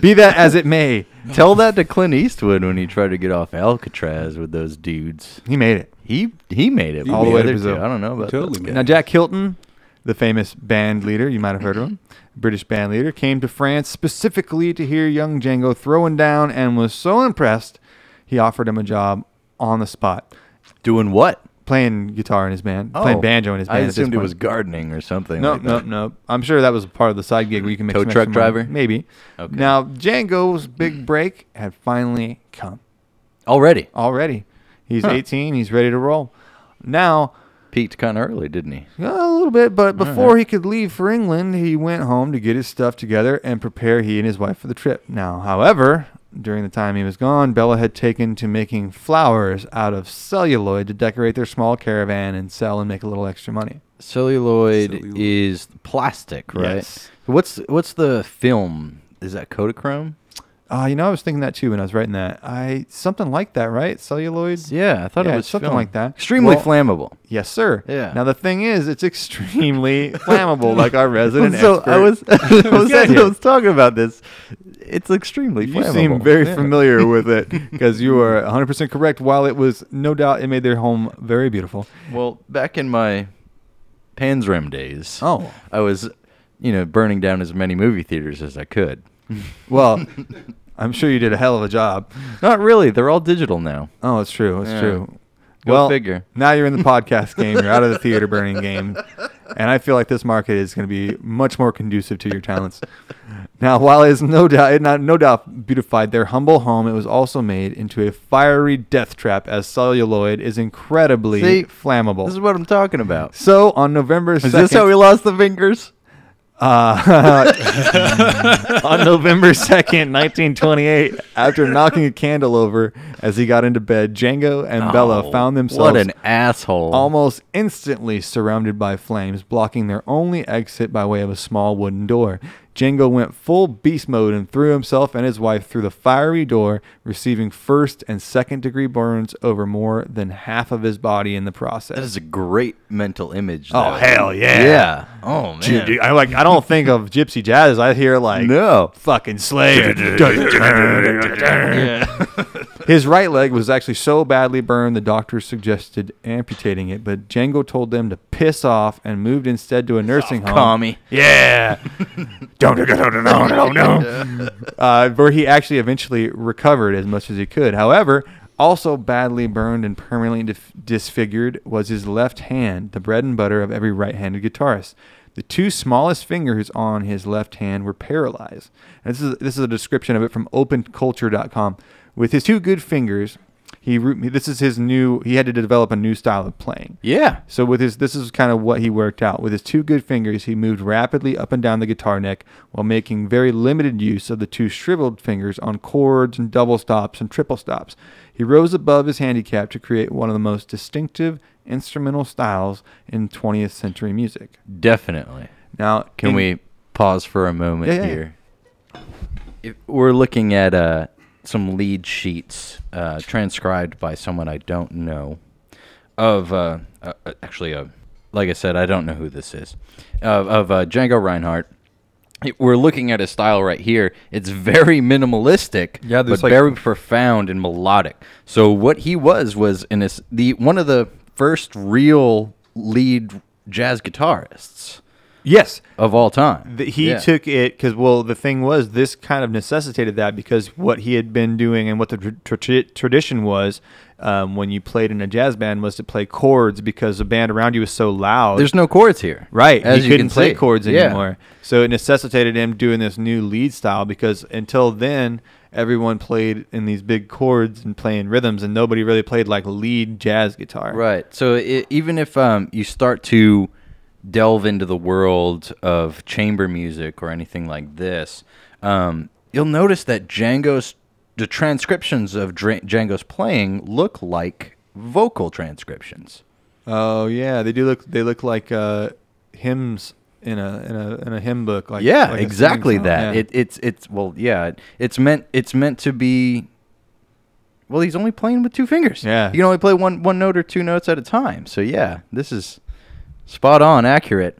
[SPEAKER 1] Be that as it may,
[SPEAKER 2] Tell that to Clint Eastwood when he tried to get off Alcatraz with those dudes.
[SPEAKER 1] he made it.
[SPEAKER 2] He he made it
[SPEAKER 1] All the way to
[SPEAKER 2] other
[SPEAKER 1] Brazil.
[SPEAKER 2] two, I don't know about
[SPEAKER 3] Totally
[SPEAKER 2] those
[SPEAKER 3] made
[SPEAKER 2] guys.
[SPEAKER 1] Now, Jack Hilton, the famous band leader, you might have heard of him, British band leader, came to France specifically to hear young Django throwing down and was so impressed, he offered him a job on the spot,
[SPEAKER 2] Doing what?
[SPEAKER 1] playing guitar in his band, playing
[SPEAKER 2] Oh,
[SPEAKER 1] banjo in his band.
[SPEAKER 2] I
[SPEAKER 1] at this
[SPEAKER 2] assumed it
[SPEAKER 1] point.
[SPEAKER 2] was gardening or something.
[SPEAKER 1] No,
[SPEAKER 2] like
[SPEAKER 1] no,
[SPEAKER 2] that.
[SPEAKER 1] no. I'm sure that was part of the side gig where you can make
[SPEAKER 2] Tow
[SPEAKER 1] some
[SPEAKER 2] truck
[SPEAKER 1] extra money.
[SPEAKER 2] driver?
[SPEAKER 1] Maybe.
[SPEAKER 2] Okay.
[SPEAKER 1] Now Django's big break had finally come
[SPEAKER 2] Already
[SPEAKER 1] already. He's
[SPEAKER 2] Huh.
[SPEAKER 1] 18. He's ready to roll. Now
[SPEAKER 2] peaked kind of early, didn't he?
[SPEAKER 1] Yeah, a little bit, but before he could leave for England, he went home to get his stuff together and prepare he and his wife for the trip. Now, however, during the time he was gone, Bella had taken to making flowers out of celluloid to decorate their small caravan and sell and make a little extra money.
[SPEAKER 2] Celluloid,
[SPEAKER 3] Celluloid.
[SPEAKER 2] is plastic, right?
[SPEAKER 1] Yes.
[SPEAKER 2] What's what's the film? Is that Kodachrome?
[SPEAKER 1] Uh, you know, I was thinking that too when I was writing that. I something like that, right? Celluloid.
[SPEAKER 2] Yeah, I thought
[SPEAKER 1] Yeah,
[SPEAKER 2] it was
[SPEAKER 1] something
[SPEAKER 2] film.
[SPEAKER 1] like that.
[SPEAKER 2] Extremely
[SPEAKER 1] Well-
[SPEAKER 2] flammable.
[SPEAKER 1] Yes, sir.
[SPEAKER 2] Yeah.
[SPEAKER 1] Now the thing is, it's extremely flammable, like our resident
[SPEAKER 2] so
[SPEAKER 1] expert.
[SPEAKER 2] I was I was,
[SPEAKER 1] said
[SPEAKER 2] I
[SPEAKER 1] here.
[SPEAKER 2] was talking about this. It's extremely
[SPEAKER 1] You
[SPEAKER 2] flammable.
[SPEAKER 1] seem very
[SPEAKER 2] Yeah.
[SPEAKER 1] familiar with it because you are 100% correct. While it was no doubt, it made their home very beautiful.
[SPEAKER 2] Well, back in my Pansrem days,
[SPEAKER 1] Oh.
[SPEAKER 2] I was, you know, burning down as many movie theaters as I could.
[SPEAKER 1] Well, I'm sure you did a hell of a job.
[SPEAKER 2] Not really. They're all digital now.
[SPEAKER 1] Oh, it's true. It's
[SPEAKER 2] Yeah.
[SPEAKER 1] true.
[SPEAKER 2] Go
[SPEAKER 1] well,
[SPEAKER 2] figure.
[SPEAKER 1] now you're in the podcast game. You're out of the theater burning game. And I feel like this market is going to be much more conducive to your talents. Now, while it is no doubt, it not, no doubt beautified their humble home, it was also made into a fiery death trap as celluloid is incredibly
[SPEAKER 2] See,
[SPEAKER 1] flammable.
[SPEAKER 2] This is what I'm talking about.
[SPEAKER 1] so on November 2nd,
[SPEAKER 2] Is this how we lost the fingers?
[SPEAKER 1] Uh, on November 2nd, 1928, after knocking a candle over as he got into bed, Django and Bella
[SPEAKER 2] Oh,
[SPEAKER 1] found
[SPEAKER 2] What
[SPEAKER 1] themselves
[SPEAKER 2] an asshole!
[SPEAKER 1] almost instantly surrounded by flames, blocking their only exit by way of a small wooden door. Django went full beast mode and threw himself and his wife through the fiery door, receiving first and second degree burns over more than half of his body in the process.
[SPEAKER 2] that is a great mental image.
[SPEAKER 1] Oh,
[SPEAKER 2] though.
[SPEAKER 1] hell yeah.
[SPEAKER 2] Yeah. Oh man.
[SPEAKER 1] Dude, dude, I like I don't think of gypsy jazz. I hear like
[SPEAKER 2] no.
[SPEAKER 1] fucking Slayer. His right leg was actually so badly burned, the doctors suggested amputating it, but Django told them to piss off and moved instead to a nursing home.
[SPEAKER 2] Commie.
[SPEAKER 1] Yeah. Don't no no no no no. Uh, where he actually eventually recovered as much as he could. However, also badly burned and permanently dif- disfigured was his left hand, the bread and butter of every right-handed guitarist. The two smallest fingers on his left hand were paralyzed. And this is this is a description of it from OpenCulture.com. With his two good fingers, he ru- this is his new. He had to develop a new style of playing.
[SPEAKER 2] Yeah.
[SPEAKER 1] So with his this is kind of what he worked out. With his two good fingers, he moved rapidly up and down the guitar neck while making very limited use of the two shriveled fingers on chords and double stops and triple stops. He rose above his handicap to create one of the most distinctive instrumental styles in 20th century music.
[SPEAKER 2] Definitely.
[SPEAKER 1] Now,
[SPEAKER 2] Can
[SPEAKER 1] in-
[SPEAKER 2] we pause for a moment
[SPEAKER 1] Yeah, yeah, yeah.
[SPEAKER 2] here? if we're looking at uh, some lead sheets uh, transcribed by someone I don't know of uh, uh, uh, actually uh, like I said I don't know who this is of of uh, Django Reinhardt. It- We're looking at his style right here. It's very minimalistic,
[SPEAKER 1] Yeah, there's
[SPEAKER 2] but
[SPEAKER 1] like-
[SPEAKER 2] very profound and melodic. So what he was was in his, the one of the first real lead jazz guitarists
[SPEAKER 1] Yes,
[SPEAKER 2] of all time.
[SPEAKER 1] The, he
[SPEAKER 2] Yeah.
[SPEAKER 1] took it because well, the thing was this kind of necessitated that because what he had been doing and what the tr- tr- tradition was um, when you played in a jazz band was to play chords because the band around you was so loud.
[SPEAKER 2] There's no chords here,
[SPEAKER 1] right,
[SPEAKER 2] As
[SPEAKER 1] he
[SPEAKER 2] you
[SPEAKER 1] couldn't
[SPEAKER 2] can
[SPEAKER 1] play
[SPEAKER 2] see.
[SPEAKER 1] chords
[SPEAKER 2] Yeah.
[SPEAKER 1] anymore, so it necessitated him doing this new lead style because until then everyone played in these big chords and playing rhythms and nobody really played like lead jazz guitar.
[SPEAKER 2] Right. So it, even if um, you start to delve into the world of chamber music or anything like this, um, you'll notice that Django's the transcriptions of Dra- Django's playing look like vocal transcriptions.
[SPEAKER 1] Oh yeah, they do look. They look like uh, hymns in a in a in a hymn book. Like
[SPEAKER 2] yeah,
[SPEAKER 1] like a
[SPEAKER 2] exactly
[SPEAKER 1] singing song.
[SPEAKER 2] that.
[SPEAKER 1] Yeah.
[SPEAKER 2] It, it's it's well, yeah. it- It's meant it's meant to be. Well, he's only playing with two fingers.
[SPEAKER 1] Yeah.
[SPEAKER 2] you can only play one one note or two notes at a time. So yeah, this is spot on, accurate.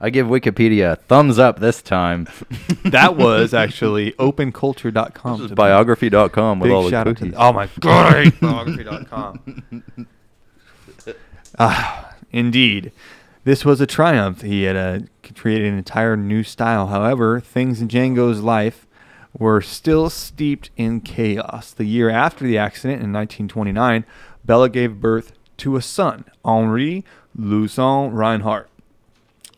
[SPEAKER 2] I give Wikipedia a thumbs up this time.
[SPEAKER 1] that was actually openculture.com.
[SPEAKER 2] This is biography.com with
[SPEAKER 1] Big
[SPEAKER 2] all the
[SPEAKER 1] shout out to
[SPEAKER 2] cookies.
[SPEAKER 1] th- oh my god, I hate biography.com. Ah, indeed. This was a triumph. He had uh, created an entire new style. However, things in Django's life were still steeped in chaos. The year after the accident in 1929, Bella gave birth to a son, Henri Luzon Reinhardt.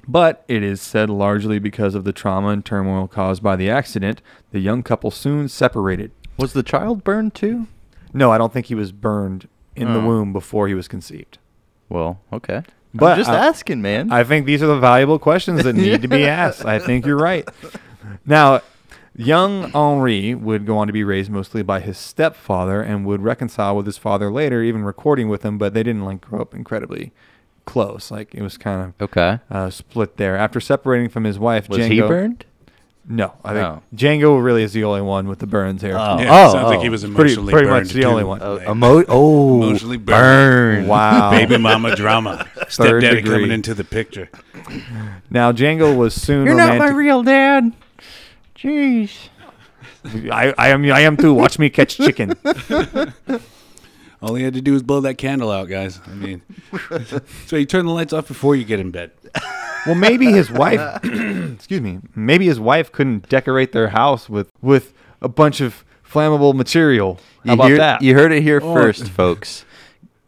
[SPEAKER 1] But it is said largely because of the trauma and turmoil caused by the accident, the young couple soon separated.
[SPEAKER 2] Was the child burned too?
[SPEAKER 1] No, I don't think he was burned in the
[SPEAKER 2] Oh.
[SPEAKER 1] womb before he was conceived.
[SPEAKER 2] Well, okay.
[SPEAKER 1] But
[SPEAKER 2] I'm just
[SPEAKER 1] I-
[SPEAKER 2] asking, man.
[SPEAKER 1] I think these are the valuable questions that need to be asked. I think you're right. Now, young Henri would go on to be raised mostly by his stepfather and would reconcile with his father later, even recording with him, but they didn't like grow up incredibly close. Like it was kind of
[SPEAKER 2] okay.
[SPEAKER 1] uh, split there. After separating from his wife,
[SPEAKER 2] Was
[SPEAKER 1] Django
[SPEAKER 2] he burned?
[SPEAKER 1] No, I think
[SPEAKER 2] Oh.
[SPEAKER 1] Django really is the only one with the burns here.
[SPEAKER 2] Oh.
[SPEAKER 3] Yeah,
[SPEAKER 2] oh,
[SPEAKER 3] sounds like
[SPEAKER 2] oh.
[SPEAKER 3] he was
[SPEAKER 1] Pretty-
[SPEAKER 3] emotionally
[SPEAKER 1] pretty much
[SPEAKER 3] burned
[SPEAKER 1] the
[SPEAKER 3] too.
[SPEAKER 1] only one.
[SPEAKER 2] Uh,
[SPEAKER 3] Like,
[SPEAKER 2] emo- oh,
[SPEAKER 3] emotionally burned.
[SPEAKER 1] Wow.
[SPEAKER 3] Baby mama drama.
[SPEAKER 1] Third
[SPEAKER 3] Stepdaddy
[SPEAKER 1] degree.
[SPEAKER 3] coming into the picture.
[SPEAKER 1] Now Django was soon
[SPEAKER 2] You're not
[SPEAKER 1] romantic.
[SPEAKER 2] my real dad. Jeez.
[SPEAKER 1] I, I am I am too. Watch me catch chicken.
[SPEAKER 3] All he had to do was blow that candle out, guys. I mean, so you turn the lights off before you get in bed.
[SPEAKER 1] Well, maybe his wife. excuse me. Maybe his wife couldn't decorate their house with with a bunch of flammable material. How
[SPEAKER 2] You
[SPEAKER 1] about
[SPEAKER 2] hear-
[SPEAKER 1] that?
[SPEAKER 2] You heard it here
[SPEAKER 3] Oh.
[SPEAKER 2] first, folks.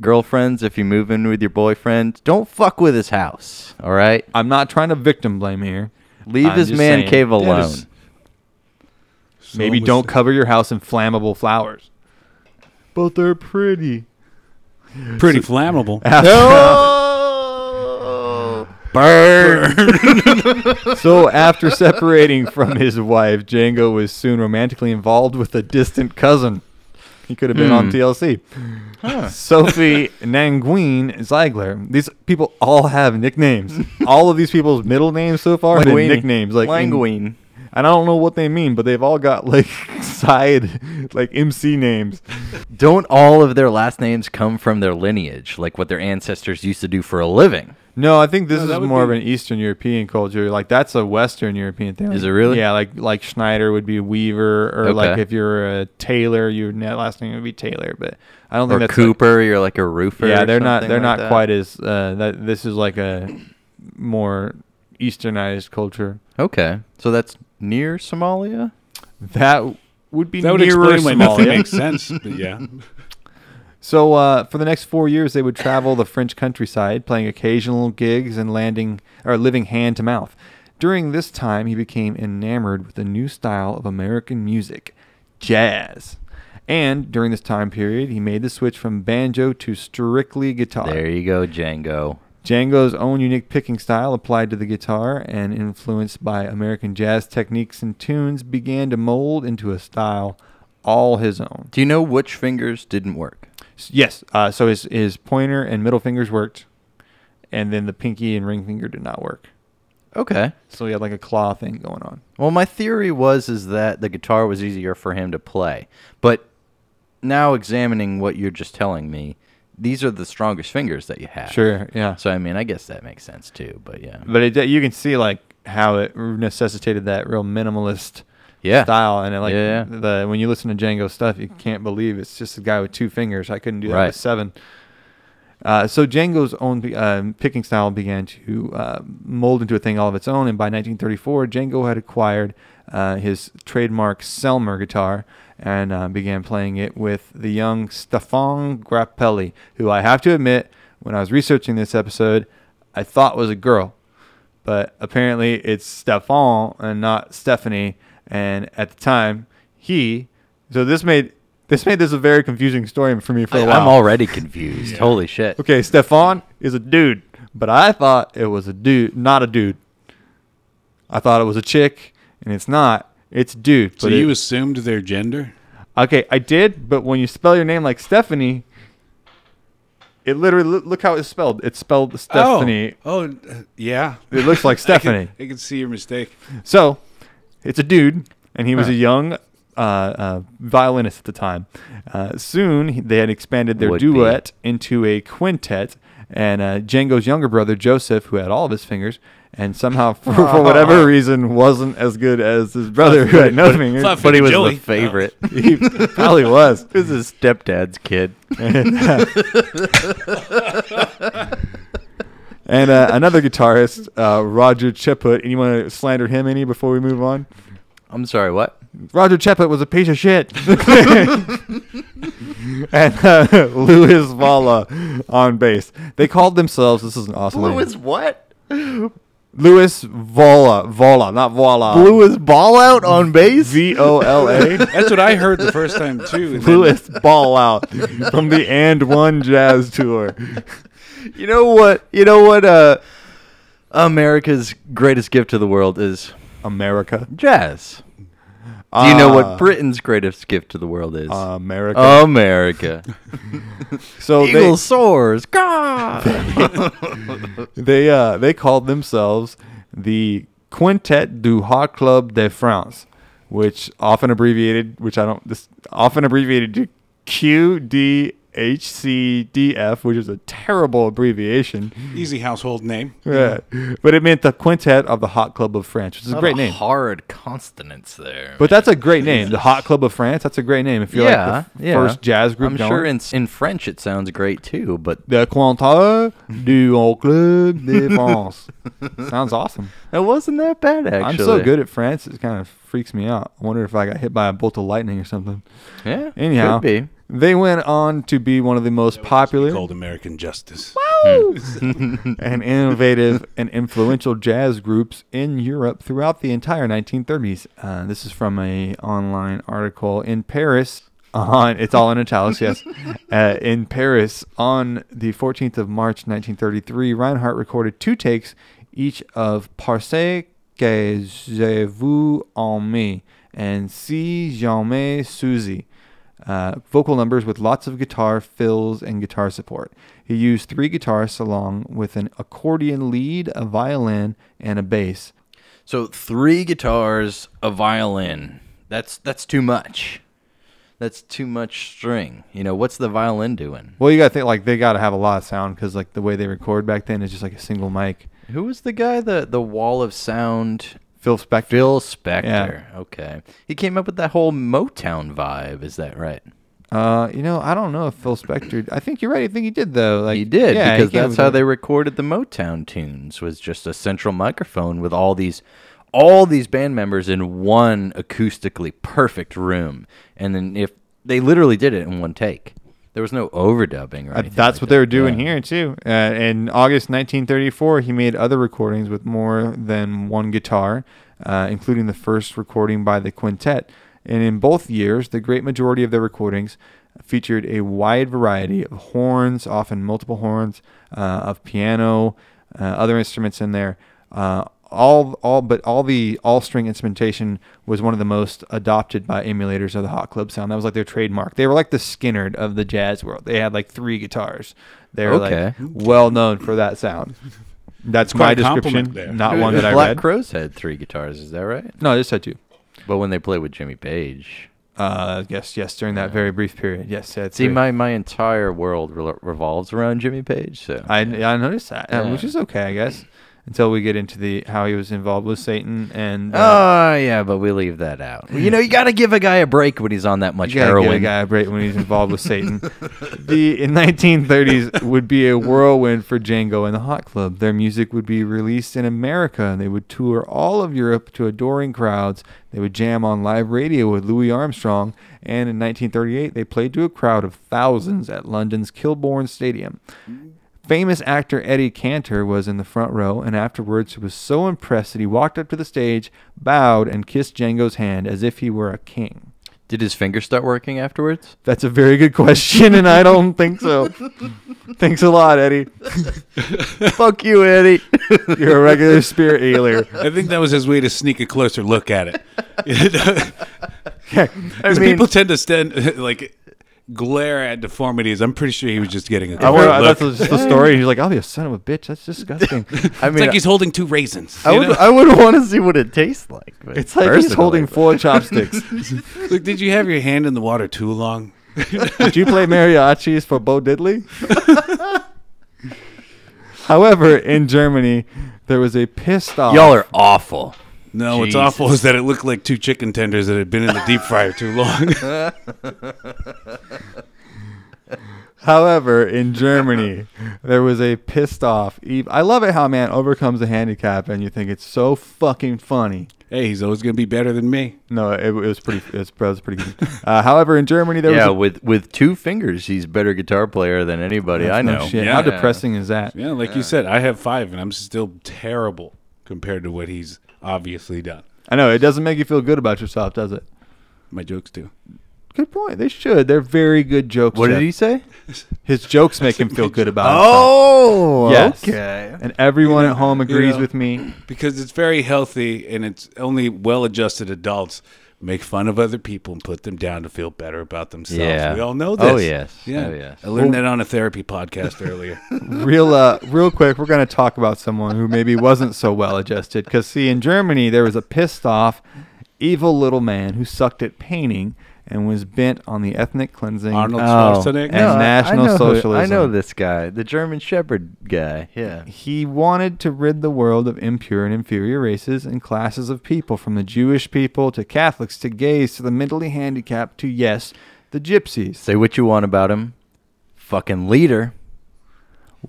[SPEAKER 2] Girlfriends, if you move in with your boyfriend, don't fuck with his house. All right,
[SPEAKER 1] I'm not trying to victim blame here.
[SPEAKER 2] leave
[SPEAKER 1] I'm
[SPEAKER 2] his
[SPEAKER 1] just
[SPEAKER 2] man
[SPEAKER 1] saying.
[SPEAKER 2] cave
[SPEAKER 3] That
[SPEAKER 2] alone.
[SPEAKER 3] is- So
[SPEAKER 1] Maybe
[SPEAKER 3] almost-
[SPEAKER 1] don't cover your house in flammable flowers. But they're pretty.
[SPEAKER 3] Pretty flammable.
[SPEAKER 2] no, burn.
[SPEAKER 1] So after separating from his wife, Django was soon romantically involved with a distant cousin. He could have been on
[SPEAKER 2] Hmm.
[SPEAKER 1] TLC. Sophie Nanguin Ziegler. These people all have nicknames. all of these people's middle names so far have been
[SPEAKER 2] Languine.
[SPEAKER 1] nicknames like in-
[SPEAKER 2] Languine.
[SPEAKER 1] and I don't know what they mean, but they've all got like side like MC names.
[SPEAKER 2] Don't all of their last names come from their lineage, like what their ancestors used to do for a living?
[SPEAKER 1] No, I think this
[SPEAKER 3] No, that
[SPEAKER 1] is
[SPEAKER 3] would
[SPEAKER 1] more
[SPEAKER 3] be-
[SPEAKER 1] of an Eastern European culture. Like that's a Western European thing.
[SPEAKER 2] Is
[SPEAKER 1] Like,
[SPEAKER 2] it really?
[SPEAKER 1] Yeah, like like Schneider would be Weaver, or like
[SPEAKER 2] Okay.
[SPEAKER 1] if you're a tailor, your na- last name would be Taylor. But I don't think
[SPEAKER 2] Or
[SPEAKER 1] that's like-
[SPEAKER 2] Cooper, you're like a roofer.
[SPEAKER 1] yeah,
[SPEAKER 2] or
[SPEAKER 1] they're not
[SPEAKER 2] something
[SPEAKER 1] they're not
[SPEAKER 2] like that?
[SPEAKER 1] quite as. Uh, that, this is like a more Easternized culture.
[SPEAKER 2] Okay, so that's near Somalia.
[SPEAKER 1] That would be
[SPEAKER 3] That would
[SPEAKER 1] nearer
[SPEAKER 3] explain why nothing
[SPEAKER 1] Somalia.
[SPEAKER 3] makes sense. But yeah.
[SPEAKER 1] So uh, for the next four years, they would travel the French countryside, playing occasional gigs and landing or living hand to mouth. During this time, he became enamored with the new style of American music, jazz. And during this time period, he made the switch from banjo to strictly guitar.
[SPEAKER 2] There you go, Django.
[SPEAKER 1] Django's own unique picking style applied to the guitar and influenced by American jazz techniques and tunes began to mold into a style all his own.
[SPEAKER 2] Do you know which fingers didn't work?
[SPEAKER 1] S- Yes. Uh, so his his pointer and middle fingers worked, and then the pinky and ring finger did not work.
[SPEAKER 2] Okay.
[SPEAKER 1] So he had like a claw thing going on.
[SPEAKER 2] Well, my theory was is that the guitar was easier for him to play. But now examining what you're just telling me, these are the strongest fingers that you have.
[SPEAKER 1] Sure, yeah.
[SPEAKER 2] So I mean, I guess that makes sense too, but yeah.
[SPEAKER 1] But it, you can see like how it necessitated that real minimalist
[SPEAKER 2] Yeah.
[SPEAKER 1] style, and it, like
[SPEAKER 2] Yeah, yeah.
[SPEAKER 1] the when you listen to Django stuff, you can't believe it's just a guy with two fingers. I couldn't do that
[SPEAKER 2] Right.
[SPEAKER 1] with seven. Uh, so Django's own um, picking style began to uh, mold into a thing all of its own, and by 1934, Django had acquired uh, his trademark Selmer guitar and uh, began playing it with the young Stefan Grappelli, who I have to admit, when I was researching this episode, I thought was a girl, but apparently it's Stefan and not Stephanie. And at the time, he so this made this made this a very confusing story for me for a while.
[SPEAKER 2] Oh, I'm already confused. Holy shit.
[SPEAKER 1] Okay, Stefan is a dude, but I thought it was a dude, not a dude. I thought it was a chick, and it's not. It's dude.
[SPEAKER 3] So
[SPEAKER 1] but
[SPEAKER 3] you
[SPEAKER 1] it-
[SPEAKER 3] assumed their gender?
[SPEAKER 1] okay. I did, but when you spell your name like Stephanie, it literally loo- look how it's spelled. It's spelled Stephanie.
[SPEAKER 3] Oh, oh uh, yeah.
[SPEAKER 1] It looks like Stephanie.
[SPEAKER 3] I can see your mistake.
[SPEAKER 1] So, it's a dude, and he was
[SPEAKER 2] Huh.
[SPEAKER 1] a young uh, uh, violinist at the time. Uh, soon, he- they had expanded their
[SPEAKER 2] Would be.
[SPEAKER 1] duet into a quintet, and uh, Django's younger brother Joseph, who had all of his fingers, and somehow for, for whatever reason wasn't as good as his brother who had no fingers.
[SPEAKER 3] Fluffy
[SPEAKER 2] But he was
[SPEAKER 3] Joey.
[SPEAKER 2] the favorite.
[SPEAKER 1] He probably was.
[SPEAKER 2] this is stepdad's kid.
[SPEAKER 1] And uh, another guitarist, uh, Roger Cheput. Anyone wanna slander him any before we move on?
[SPEAKER 2] I'm sorry, what?
[SPEAKER 1] Roger Cheput was a piece of shit. and uh, Louis Valla on bass. They called themselves. This is an awesome. name.
[SPEAKER 2] what?
[SPEAKER 1] Louis Valla. Valla, not Voila.
[SPEAKER 2] Blew his ball out on base?
[SPEAKER 1] V O L A.
[SPEAKER 3] That's what I heard the first time, too. and then-
[SPEAKER 1] Louis Ball Out from the And One Jazz Tour.
[SPEAKER 2] You know what? You know what? Uh, America's greatest gift to the world is
[SPEAKER 1] America.
[SPEAKER 2] jazz. Do you know
[SPEAKER 1] Ah,
[SPEAKER 2] what Britain's greatest gift to the world is?
[SPEAKER 1] America.
[SPEAKER 2] Oh, America.
[SPEAKER 1] so
[SPEAKER 2] Eagle
[SPEAKER 1] they,
[SPEAKER 2] soars. God.
[SPEAKER 1] they uh they called themselves the Quintet du Hot Club de France, which often abbreviated, which I don't this often abbreviated to QDHCDF, which is a terrible abbreviation.
[SPEAKER 3] Easy household name.
[SPEAKER 1] Yeah. But it meant the Quintet of the Hot Club of France, which is a great name.
[SPEAKER 2] Hard consonants there.
[SPEAKER 1] But that's a great name, the Hot Club of France. That's a great name. If you're
[SPEAKER 2] yeah,
[SPEAKER 1] like the f-
[SPEAKER 2] yeah.
[SPEAKER 1] first jazz group
[SPEAKER 2] I'm
[SPEAKER 1] going.
[SPEAKER 2] sure in in French it sounds great too, but
[SPEAKER 1] the Quintet du Hot Club de France. Sounds awesome.
[SPEAKER 2] it wasn't that bad actually.
[SPEAKER 1] I'm so good at France, it kind of freaks me out. I wonder if I got hit by a bolt of lightning or something.
[SPEAKER 2] Yeah.
[SPEAKER 1] Anyhow,
[SPEAKER 2] could be.
[SPEAKER 1] they went on to be one of the most popular
[SPEAKER 3] Called American Justice.
[SPEAKER 1] and innovative and influential jazz groups in Europe throughout the entire 1930s. Uh, this is from a online article in Paris. On it's all in italics, yes. Uh, in Paris, on the 14th of March 1933, Reinhardt recorded two takes, each of "Parce que je vous aime" and "Si jamais Susie." uh, vocal numbers with lots of guitar fills and guitar support. He used three guitarists along with an accordion lead, a violin, and a bass.
[SPEAKER 2] So three guitars, a violin. That's that's too much. That's too much string. You know, what's the violin doing?
[SPEAKER 1] Well, you gotta think like they gotta have a lot of sound because like the way they record back then is just like a single mic.
[SPEAKER 2] Who was the guy the the wall of sound?
[SPEAKER 1] Phil Spector.
[SPEAKER 2] Phil Spector. Okay. He came up with that whole Motown vibe, is that right?
[SPEAKER 1] Uh, you know, I don't know if Phil Spector. I think you're right. I think he did though. Like
[SPEAKER 2] He did
[SPEAKER 1] yeah,
[SPEAKER 2] because
[SPEAKER 1] he came
[SPEAKER 2] that's
[SPEAKER 1] up
[SPEAKER 2] how
[SPEAKER 1] with
[SPEAKER 2] they
[SPEAKER 1] it.
[SPEAKER 2] recorded the Motown tunes was just a central microphone with all these all these band members in one acoustically perfect room. And then if they literally did it in one take. There was no overdubbing or
[SPEAKER 1] Uh,
[SPEAKER 2] anything.
[SPEAKER 1] That's
[SPEAKER 2] like
[SPEAKER 1] what they
[SPEAKER 2] that.
[SPEAKER 1] were doing
[SPEAKER 2] Yeah.
[SPEAKER 1] here too. Uh, in August 1934, he made other recordings with more than one guitar, uh, including the first recording by the quintet. And in both years, the great majority of their recordings featured a wide variety of horns, often multiple horns, uh, of piano, uh, other instruments in there. Uh, all, all, but all the all-string instrumentation was one of the most adopted by emulators of the hot club sound. That was like their trademark. They were like the Skinnerd of the jazz world. They had like three guitars. They're
[SPEAKER 2] Okay.
[SPEAKER 1] like well known for that sound. That's
[SPEAKER 3] quite
[SPEAKER 1] my
[SPEAKER 3] a compliment
[SPEAKER 1] description,
[SPEAKER 3] there.
[SPEAKER 1] not one that I
[SPEAKER 2] Black
[SPEAKER 1] read.
[SPEAKER 2] Crowes had three guitars. Is that right?
[SPEAKER 1] no, I just said two.
[SPEAKER 2] But when they played with Jimmy Page,
[SPEAKER 1] Uh, yes, yes, during that very brief period. Yes, that's
[SPEAKER 2] see, my my entire world re- revolves around Jimmy Page. So
[SPEAKER 1] I, I noticed that, uh,
[SPEAKER 2] Yeah.
[SPEAKER 1] which is okay, I guess, until we get into the how he was involved with Satan and uh,
[SPEAKER 2] Oh yeah, but we leave that out. You know, you got to give a guy a break when he's on that much
[SPEAKER 1] you gotta give a
[SPEAKER 2] heroin.
[SPEAKER 1] guy a break when he's involved with Satan. The in 1930s would be a whirlwind for Django and the Hot Club. Their music would be released in America, and they would tour all of Europe to adoring crowds. They would jam on live radio with Louis Armstrong, and in 1938 they played to a crowd of thousands at London's Kilbourne Stadium. Famous actor Eddie Cantor was in the front row, and afterwards was so impressed that he walked up to the stage, bowed, and kissed Django's hand as if he were a king.
[SPEAKER 2] Did his finger start working afterwards?
[SPEAKER 1] That's a very good question, and I don't think so. Thanks a lot, Eddie.
[SPEAKER 2] Fuck you, Eddie.
[SPEAKER 1] You're a regular spirit healer.
[SPEAKER 3] I think that was his way to sneak a closer look at it. You know?
[SPEAKER 2] I
[SPEAKER 3] 'Cause
[SPEAKER 2] mean,
[SPEAKER 3] people tend to stand like glare at deformities. I'm pretty sure he was just getting a
[SPEAKER 1] I
[SPEAKER 3] closer
[SPEAKER 1] want,
[SPEAKER 3] look.
[SPEAKER 1] that's just the story. He's like, I'll be a son of a bitch. That's disgusting.
[SPEAKER 2] I
[SPEAKER 3] it's
[SPEAKER 2] mean,
[SPEAKER 3] like he's holding two raisins.
[SPEAKER 2] I
[SPEAKER 3] you
[SPEAKER 2] would,
[SPEAKER 3] know?
[SPEAKER 2] I would want to see what it tastes like. but
[SPEAKER 1] It's like he's
[SPEAKER 2] personally,
[SPEAKER 1] holding
[SPEAKER 2] but-
[SPEAKER 1] four chopsticks.
[SPEAKER 3] Like, did you have your hand in the water too long?
[SPEAKER 1] Did you play mariachis for Bo Diddley? However, in Germany, there was a pissed off.
[SPEAKER 2] Y'all are awful.
[SPEAKER 3] No, what's
[SPEAKER 2] Jesus.
[SPEAKER 3] awful is that it looked like two chicken tenders that had been in the deep fryer too long.
[SPEAKER 1] However, in Germany, there was a pissed off. Eve. I love it how a man overcomes a handicap, and you think it's so fucking funny.
[SPEAKER 3] hey, he's always gonna be better than me.
[SPEAKER 1] No, it, it was pretty. It was, it was pretty good. Uh, however, in Germany, there
[SPEAKER 2] yeah,
[SPEAKER 1] was.
[SPEAKER 2] with with two fingers, he's better guitar player than anybody I
[SPEAKER 1] no
[SPEAKER 2] know.
[SPEAKER 1] shit.
[SPEAKER 3] Yeah.
[SPEAKER 1] How depressing is that?
[SPEAKER 3] Yeah, like you said, I have five, and I'm still terrible compared to what he's obviously done.
[SPEAKER 1] I know it doesn't make you feel good about yourself, does it?
[SPEAKER 3] My jokes too.
[SPEAKER 1] Good point. They should. They're very good jokes.
[SPEAKER 2] What did
[SPEAKER 1] Jeff.
[SPEAKER 2] he say?
[SPEAKER 1] His jokes make him feel good about. himself.
[SPEAKER 2] Oh,
[SPEAKER 1] Yes.
[SPEAKER 2] okay.
[SPEAKER 1] And everyone at home agrees
[SPEAKER 3] know.
[SPEAKER 1] with me.
[SPEAKER 3] Because it's very healthy, and it's only well-adjusted adults make fun of other people and put them down to feel better about themselves.
[SPEAKER 2] Yeah.
[SPEAKER 3] We all know this.
[SPEAKER 2] Oh, yes.
[SPEAKER 3] Yeah.
[SPEAKER 2] Oh, yes.
[SPEAKER 3] I learned that on a therapy podcast earlier.
[SPEAKER 1] Real, uh, real quick, we're gonna talk about someone who maybe wasn't so well adjusted. Because see, in Germany, there was a pissed off, evil little man who sucked at painting and was bent on the ethnic cleansing.
[SPEAKER 3] Arnold
[SPEAKER 2] Oh.
[SPEAKER 3] Schwarzenegger.
[SPEAKER 1] And
[SPEAKER 2] I- I
[SPEAKER 1] National
[SPEAKER 2] know who- I
[SPEAKER 1] Socialism.
[SPEAKER 2] know this guy, the German Shepherd guy. Yeah.
[SPEAKER 1] He wanted to rid the world of impure and inferior races and classes of people, from the Jewish people to Catholics to gays to the mentally handicapped to, yes, the gypsies.
[SPEAKER 2] Say what you want about him. Fucking leader.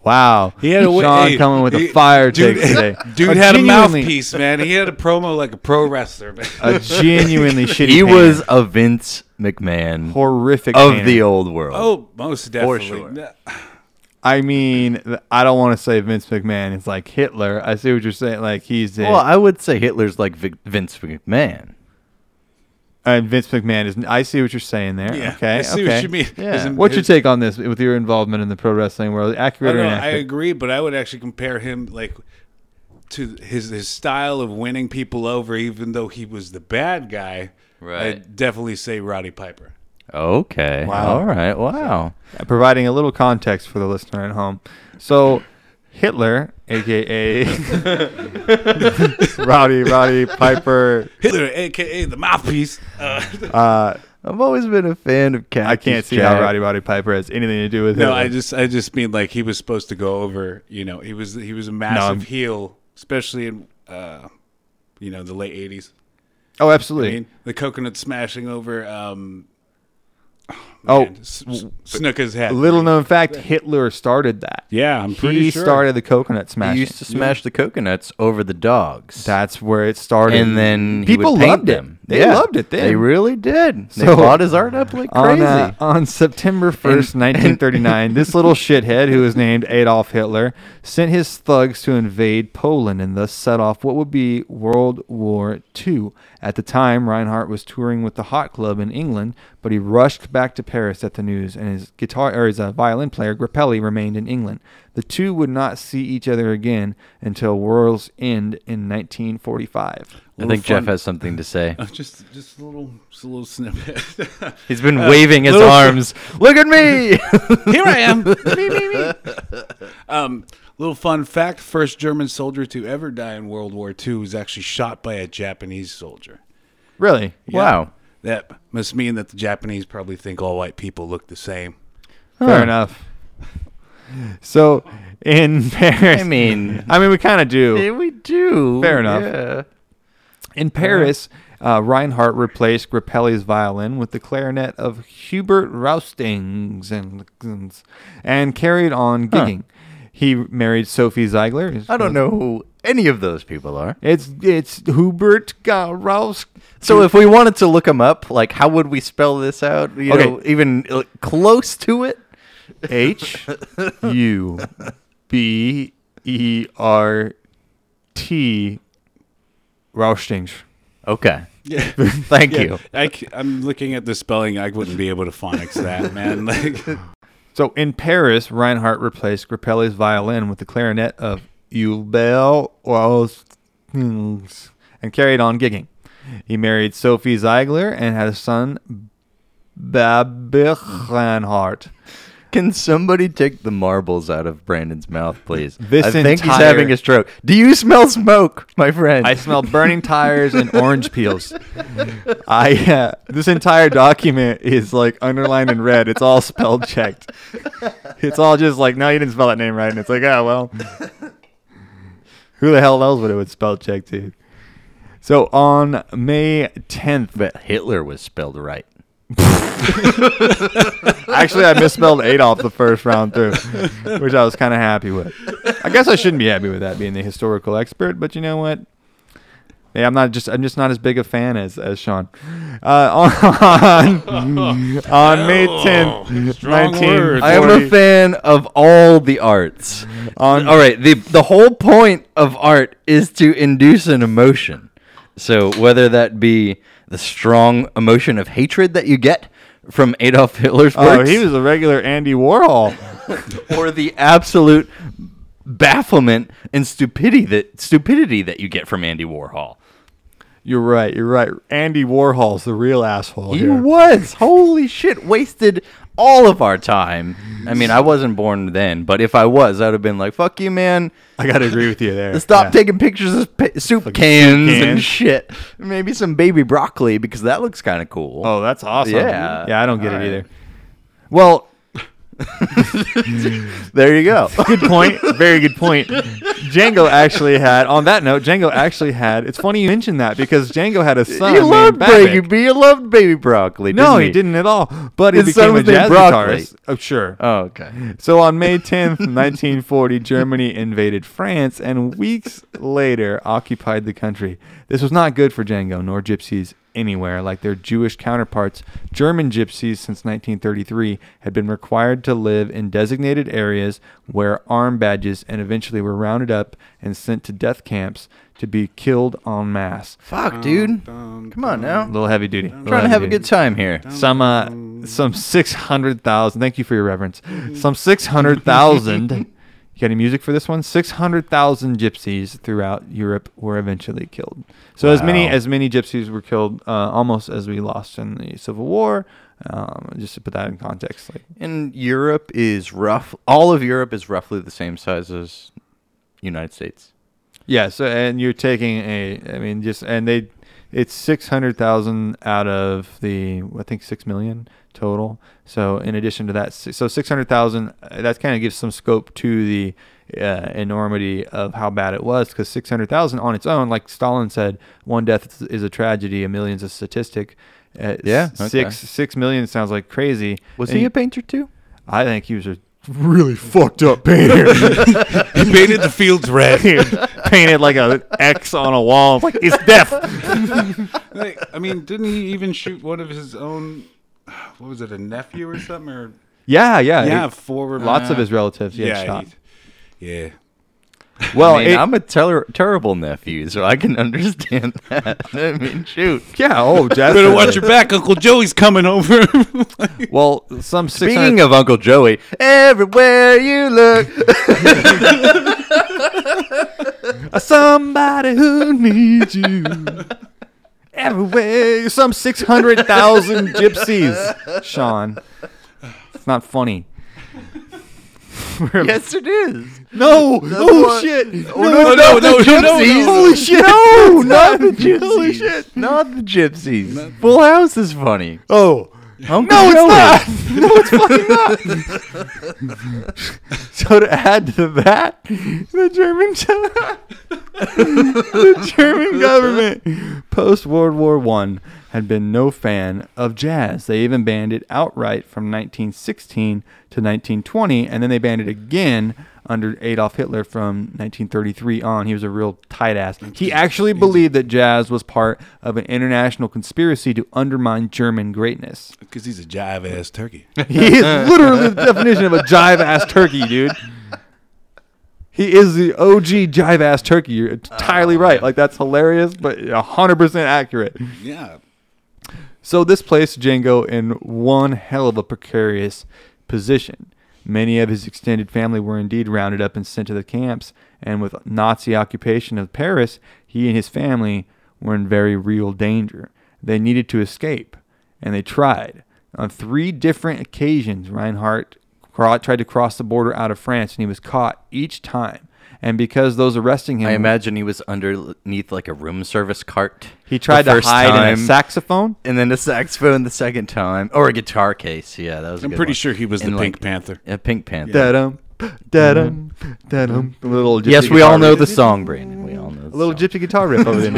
[SPEAKER 1] Wow.
[SPEAKER 3] He had a way-
[SPEAKER 1] Sean
[SPEAKER 3] hey,
[SPEAKER 1] coming with
[SPEAKER 3] he-
[SPEAKER 1] a fire
[SPEAKER 3] dude,
[SPEAKER 1] take today.
[SPEAKER 3] Dude had a
[SPEAKER 1] genuinely-
[SPEAKER 3] mouthpiece, man. He had a promo like a pro wrestler. Man.
[SPEAKER 1] A genuinely shitty
[SPEAKER 2] He
[SPEAKER 1] painter.
[SPEAKER 2] was a Vince McMahon
[SPEAKER 1] horrific
[SPEAKER 2] of
[SPEAKER 1] painter.
[SPEAKER 2] the old world.
[SPEAKER 3] oh, most definitely.
[SPEAKER 2] sure.
[SPEAKER 3] No,
[SPEAKER 1] I mean, th- I don't want to say Vince McMahon is like Hitler. I see what you're saying. Like he's a,
[SPEAKER 2] Well, I would say Hitler's like Vic- Vince McMahon.
[SPEAKER 1] and uh, Vince McMahon is. I see what you're saying there.
[SPEAKER 3] Yeah,
[SPEAKER 1] okay,
[SPEAKER 3] I see what
[SPEAKER 1] okay.
[SPEAKER 3] you mean.
[SPEAKER 2] Yeah.
[SPEAKER 3] As in
[SPEAKER 1] What's your
[SPEAKER 3] his-
[SPEAKER 1] take on this with your involvement in the pro wrestling world?
[SPEAKER 3] I,
[SPEAKER 1] Accurate
[SPEAKER 3] don't
[SPEAKER 1] or
[SPEAKER 3] know, I
[SPEAKER 1] inaccurate?
[SPEAKER 3] agree, but I would actually compare him like to his his style of winning people over, even though he was the bad guy.
[SPEAKER 2] Right.
[SPEAKER 3] I'd definitely say Roddy Piper.
[SPEAKER 2] Okay.
[SPEAKER 1] Wow.
[SPEAKER 2] All right. Wow.
[SPEAKER 1] Uh, providing a little context for the listener at home. So, Hitler, aka Rowdy Roddy Piper,
[SPEAKER 3] Hitler, aka the mouthpiece. Uh,
[SPEAKER 1] uh,
[SPEAKER 2] I've always been a fan of Cactus
[SPEAKER 1] I can't see
[SPEAKER 2] Jack.
[SPEAKER 1] how Roddy Roddy Piper has anything to do with
[SPEAKER 3] no,
[SPEAKER 1] Hitler.
[SPEAKER 3] I just I just mean like he was supposed to go over. You know, he was he was a massive
[SPEAKER 1] I'm-
[SPEAKER 3] heel, especially in uh, you know the late '80s.
[SPEAKER 1] oh, absolutely.
[SPEAKER 3] I mean, the coconut smashing over um,
[SPEAKER 1] oh,
[SPEAKER 3] S- S- Snooker's head.
[SPEAKER 1] little known fact: Hitler started that.
[SPEAKER 3] Yeah, I'm pretty
[SPEAKER 1] he
[SPEAKER 3] sure.
[SPEAKER 1] started the coconut
[SPEAKER 2] He
[SPEAKER 1] smash.
[SPEAKER 2] used to smash the coconuts over the dogs.
[SPEAKER 1] That's where it started.
[SPEAKER 2] and then he
[SPEAKER 1] people
[SPEAKER 2] would paint
[SPEAKER 1] loved
[SPEAKER 2] them.
[SPEAKER 1] it. They
[SPEAKER 2] Yeah,
[SPEAKER 1] loved it. Then.
[SPEAKER 2] They really did. They
[SPEAKER 1] So-
[SPEAKER 2] bought his art up like
[SPEAKER 1] on,
[SPEAKER 2] crazy.
[SPEAKER 1] uh, on September 1st,
[SPEAKER 2] And-
[SPEAKER 1] 1939, this little shithead who was named Adolf Hitler sent his thugs to invade Poland and thus set off what would be World War II. At the time, Reinhardt was touring with the Hot Club in England, but he rushed back to Paris at the news, and his guitar or his uh, violin player Grappelli remained in England. The two would not see each other again until World's End in 1945.
[SPEAKER 2] I think
[SPEAKER 3] Little
[SPEAKER 2] Jeff has something to say.
[SPEAKER 3] Just, just a little, just a little snippet.
[SPEAKER 2] He's been waving his
[SPEAKER 3] little-
[SPEAKER 2] arms. Look at me.
[SPEAKER 3] Here I am. Um, little fun fact: first German soldier to ever die in World War II was actually shot by a Japanese soldier.
[SPEAKER 1] Really?
[SPEAKER 2] Wow.
[SPEAKER 3] That must mean that the Japanese probably think all white people look the same.
[SPEAKER 1] Fair enough. So in Paris,
[SPEAKER 2] I mean,
[SPEAKER 1] I mean, we kind of do.
[SPEAKER 2] we do.
[SPEAKER 1] Fair enough.
[SPEAKER 2] Yeah.
[SPEAKER 1] In
[SPEAKER 2] uh-huh.
[SPEAKER 1] Paris, uh, Reinhardt replaced Grappelli's violin with the clarinet of Hubert Raustings and, and carried on gigging. He married Sophie Zeigler.
[SPEAKER 2] I don't know who any of those people are.
[SPEAKER 1] It's it's Hubert Raust.
[SPEAKER 2] So if we wanted to look them up, like how would we spell this out? You
[SPEAKER 1] Okay.
[SPEAKER 2] know, even uh, close to it.
[SPEAKER 1] H U B E R T Raustings.
[SPEAKER 2] Okay.
[SPEAKER 3] Yeah.
[SPEAKER 2] Thank you.
[SPEAKER 3] I, am looking at the spelling. I wouldn't be able to phonics that, man. Like,
[SPEAKER 1] So in Paris, Reinhardt replaced Grappelli's violin with the clarinet of Eubel Raustings and carried on gigging. He married Sophie Zeigler and had a son, Babich Reinhardt.
[SPEAKER 2] Can somebody take the marbles out of Brandon's mouth, please?
[SPEAKER 1] This
[SPEAKER 2] I think he's
[SPEAKER 1] entire-
[SPEAKER 2] having a stroke. Do you smell smoke, my friend?
[SPEAKER 1] I smell burning tires and orange peels. I uh, this entire document is like underlined in red. It's all spell checked. It's all just like no, you didn't spell that name right, and it's like oh well. Who the hell knows what it would spell check to? So on May 10th,
[SPEAKER 2] But Hitler was spelled right.
[SPEAKER 1] actually I misspelled Adolf the first round through, which I was kind of happy with. I guess I shouldn't be happy with that being the historical expert, but you know what? Yeah, I'm not just I'm just not as big a fan as as Sean. Uh, on on, on May 10th,
[SPEAKER 3] strong
[SPEAKER 1] 1940,
[SPEAKER 3] words.
[SPEAKER 2] I am a fan of all the arts.
[SPEAKER 1] On-
[SPEAKER 2] all right, the the whole point of art is to induce an emotion. So whether that be the strong emotion of hatred that you get from Adolf Hitler's works,
[SPEAKER 1] Oh, he was a regular Andy Warhol.
[SPEAKER 2] or the absolute bafflement and stupidity that stupidity that you get from Andy Warhol.
[SPEAKER 1] You're right. You're right. Andy Warhol's the real asshole
[SPEAKER 2] He
[SPEAKER 1] here.
[SPEAKER 2] was holy shit wasted all of our time. I mean, I wasn't born then, but if I was, I'd have been like, "Fuck you, man."
[SPEAKER 1] I got to agree with you there.
[SPEAKER 2] Stop
[SPEAKER 1] Yeah.
[SPEAKER 2] taking pictures of pa- soup cans, and
[SPEAKER 1] cans.
[SPEAKER 2] shit. Maybe some baby broccoli because that looks kind of cool.
[SPEAKER 1] Oh, that's awesome.
[SPEAKER 2] Yeah.
[SPEAKER 1] Yeah, I don't get
[SPEAKER 2] All
[SPEAKER 1] it
[SPEAKER 2] right.
[SPEAKER 1] either. Well,
[SPEAKER 2] there you go.
[SPEAKER 1] good point. Very good point. Django actually had. On that note, Django actually had. It's funny you mentioned that because Django had a son.
[SPEAKER 2] you
[SPEAKER 1] named
[SPEAKER 2] loved
[SPEAKER 1] Babbitt.
[SPEAKER 2] baby, you loved baby broccoli.
[SPEAKER 1] No,
[SPEAKER 2] didn't
[SPEAKER 1] he
[SPEAKER 2] you?
[SPEAKER 1] didn't at all. But he
[SPEAKER 2] His
[SPEAKER 1] became
[SPEAKER 2] son
[SPEAKER 1] a
[SPEAKER 2] was named
[SPEAKER 1] jazz
[SPEAKER 2] Broccoli.
[SPEAKER 1] guitarist. Oh, sure.
[SPEAKER 2] Oh, okay.
[SPEAKER 1] So on May 10th, 1940, Germany invaded France and weeks later occupied the country. This was not good for Django nor gypsies anywhere. Like their Jewish counterparts, German gypsies since 1933 had been required to live in designated areas, wear arm badges, and eventually were rounded up and sent to death camps to be killed en masse.
[SPEAKER 2] Fuck, dude. Come on now.
[SPEAKER 1] A little heavy duty. I'm
[SPEAKER 2] trying to have a good time here.
[SPEAKER 1] some uh, Mm-hmm. some six hundred thousand. Thank you for your reverence. Some six hundred thousand. you got any music for this one? Six hundred thousand gypsies throughout Europe were eventually killed. So as many
[SPEAKER 2] Wow.
[SPEAKER 1] as many gypsies were killed, uh, almost as we lost in the Civil War. Um, just to put that in context, like
[SPEAKER 2] And Europe is rough. All of Europe is roughly the same size as United States.
[SPEAKER 1] yeah. So and you're taking a, I mean, just and they, it's six hundred thousand out of the I think six million total. So in addition to that, si- so six hundred thousand. uh, That kind of gives some scope to the uh, enormity of how bad it was, because six hundred thousand on its own, like Stalin said, one death is a tragedy, a million's a statistic. Uh,
[SPEAKER 2] Yeah,
[SPEAKER 1] s-
[SPEAKER 2] okay.
[SPEAKER 1] six six million sounds like crazy.
[SPEAKER 2] Was
[SPEAKER 1] And
[SPEAKER 2] he a painter too?
[SPEAKER 1] I think he was a really fucked up painter.
[SPEAKER 3] he painted the fields red.
[SPEAKER 1] painted like a X on a wall. It's like it's death.
[SPEAKER 3] Like, I mean, didn't he even shoot one of his own? What was it, a nephew or something? Or
[SPEAKER 1] Yeah, yeah,
[SPEAKER 3] yeah,
[SPEAKER 1] He-
[SPEAKER 3] forward.
[SPEAKER 1] lots of his relatives. He had
[SPEAKER 3] yeah,
[SPEAKER 1] shot.
[SPEAKER 3] he- yeah.
[SPEAKER 1] Well,
[SPEAKER 2] I mean,
[SPEAKER 1] it-
[SPEAKER 2] I'm a ter- terrible nephew, so I can understand that. I mean, shoot.
[SPEAKER 1] yeah. Oh,
[SPEAKER 3] Better watch
[SPEAKER 1] Jasper.
[SPEAKER 3] your back, Uncle Joey's coming over.
[SPEAKER 1] well, some six
[SPEAKER 2] Speaking
[SPEAKER 1] hundred.
[SPEAKER 2] of Uncle Joey, everywhere you look,
[SPEAKER 1] somebody who needs you everywhere. Some six hundred thousand gypsies, Sean. It's not funny. We're-
[SPEAKER 2] yes, it is.
[SPEAKER 1] No! oh
[SPEAKER 2] what-
[SPEAKER 1] shit!
[SPEAKER 2] Oh, no, no, no, no, no, no.
[SPEAKER 1] Holy shit!
[SPEAKER 2] No, not the gypsies.
[SPEAKER 1] Holy shit!
[SPEAKER 2] Not the gypsies. Full House is funny.
[SPEAKER 1] Oh.
[SPEAKER 2] Uncle
[SPEAKER 1] No,
[SPEAKER 2] Joey.
[SPEAKER 1] it's not. No, it's fucking not. so to add to that, the German, the German government, post World War One, had been no fan of jazz. They even banned it outright from 1916 to 1920, and then they banned it again under Adolf Hitler from 1933 on. He was a real tight ass. He actually believed that jazz was part of an international conspiracy to undermine German greatness.
[SPEAKER 3] Because he's a jive ass turkey.
[SPEAKER 1] He is literally the definition of a jive ass turkey, dude. He is the OG jive ass turkey. You're entirely right. Like that's hilarious, but 100% accurate.
[SPEAKER 3] yeah.
[SPEAKER 1] So this placed Django in one hell of a precarious position. Many of his extended family were indeed rounded up and sent to the camps, and with Nazi occupation of Paris, he and his family were in very real danger. They needed to escape, and they tried. On three different occasions, Reinhardt cro- tried to cross the border out of France, and he was caught each time. And because those arresting him,
[SPEAKER 2] I imagine he was underneath like a room service cart.
[SPEAKER 1] he tried
[SPEAKER 2] the
[SPEAKER 1] to
[SPEAKER 2] first
[SPEAKER 1] hide in a
[SPEAKER 2] time,
[SPEAKER 1] saxophone.
[SPEAKER 2] and then a saxophone the second time, or a guitar case. Yeah, that was. a
[SPEAKER 3] I'm
[SPEAKER 2] good
[SPEAKER 3] pretty
[SPEAKER 2] one.
[SPEAKER 3] sure he was the
[SPEAKER 2] And,
[SPEAKER 3] Pink
[SPEAKER 2] like,
[SPEAKER 3] Panther.
[SPEAKER 2] A Pink Panther.
[SPEAKER 1] Da-dum, da-dum, da-dum. Mm-hmm. A little gypsy
[SPEAKER 2] Yes, we all
[SPEAKER 1] guitar
[SPEAKER 2] know
[SPEAKER 1] riff.
[SPEAKER 2] the song, Brandon. We all know. The
[SPEAKER 1] A little
[SPEAKER 2] song.
[SPEAKER 1] gypsy guitar riff over there.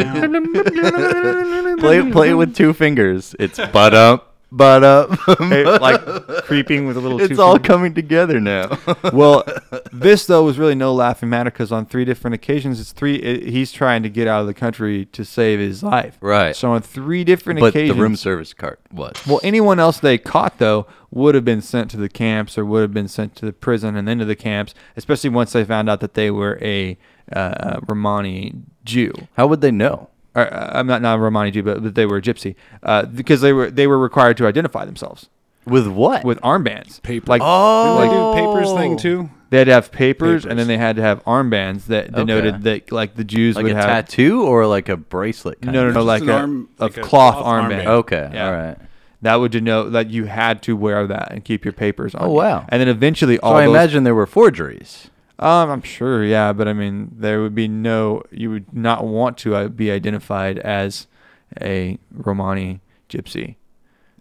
[SPEAKER 2] Play it. Play it with two fingers. It's but up, but up.
[SPEAKER 1] like creeping with a little.
[SPEAKER 2] it's
[SPEAKER 1] two
[SPEAKER 2] all
[SPEAKER 1] finger-
[SPEAKER 2] coming together now.
[SPEAKER 1] well, this though was really no laughing matter because on three different occasions, it's three. i he's trying to get out of the country to save his life.
[SPEAKER 2] Right.
[SPEAKER 1] So on three different
[SPEAKER 2] but the
[SPEAKER 1] occasions,
[SPEAKER 2] room service cart was.
[SPEAKER 1] Well, anyone else they caught though would have been sent to the camps or would have been sent to the prison and then to the camps, especially once they found out that they were a uh, Romani Jew.
[SPEAKER 2] How would they know?
[SPEAKER 1] Or, uh, I'm not not a Romani Jew, but, but they were a Gypsy uh, because they were they were required to identify themselves
[SPEAKER 2] With what?
[SPEAKER 1] with armbands,
[SPEAKER 3] Paper.
[SPEAKER 1] Like
[SPEAKER 2] Oh.
[SPEAKER 1] like,
[SPEAKER 3] Didn't they do papers thing too?
[SPEAKER 1] they had to have papers, and
[SPEAKER 3] Papers.
[SPEAKER 1] then they had to have armbands that denoted
[SPEAKER 2] Okay.
[SPEAKER 1] that like the Jews
[SPEAKER 2] like a
[SPEAKER 1] would have
[SPEAKER 2] tattoo or like a bracelet? Kind
[SPEAKER 1] no no
[SPEAKER 2] of
[SPEAKER 1] no
[SPEAKER 3] Just
[SPEAKER 1] like
[SPEAKER 3] an
[SPEAKER 1] a,
[SPEAKER 3] arm-
[SPEAKER 1] a
[SPEAKER 3] like a
[SPEAKER 1] cloth,
[SPEAKER 3] cloth
[SPEAKER 1] armband.
[SPEAKER 3] armband.
[SPEAKER 2] Okay.
[SPEAKER 1] Yeah.
[SPEAKER 2] All right.
[SPEAKER 1] That would denote that you had to wear that and keep your papers on.
[SPEAKER 2] Oh,
[SPEAKER 1] you.
[SPEAKER 2] wow.
[SPEAKER 1] And then eventually all
[SPEAKER 2] so I
[SPEAKER 1] those-
[SPEAKER 2] imagine there were forgeries.
[SPEAKER 1] Um, I'm sure, yeah, but I mean, there would be no. You would not want to uh, be identified as a Romani gypsy.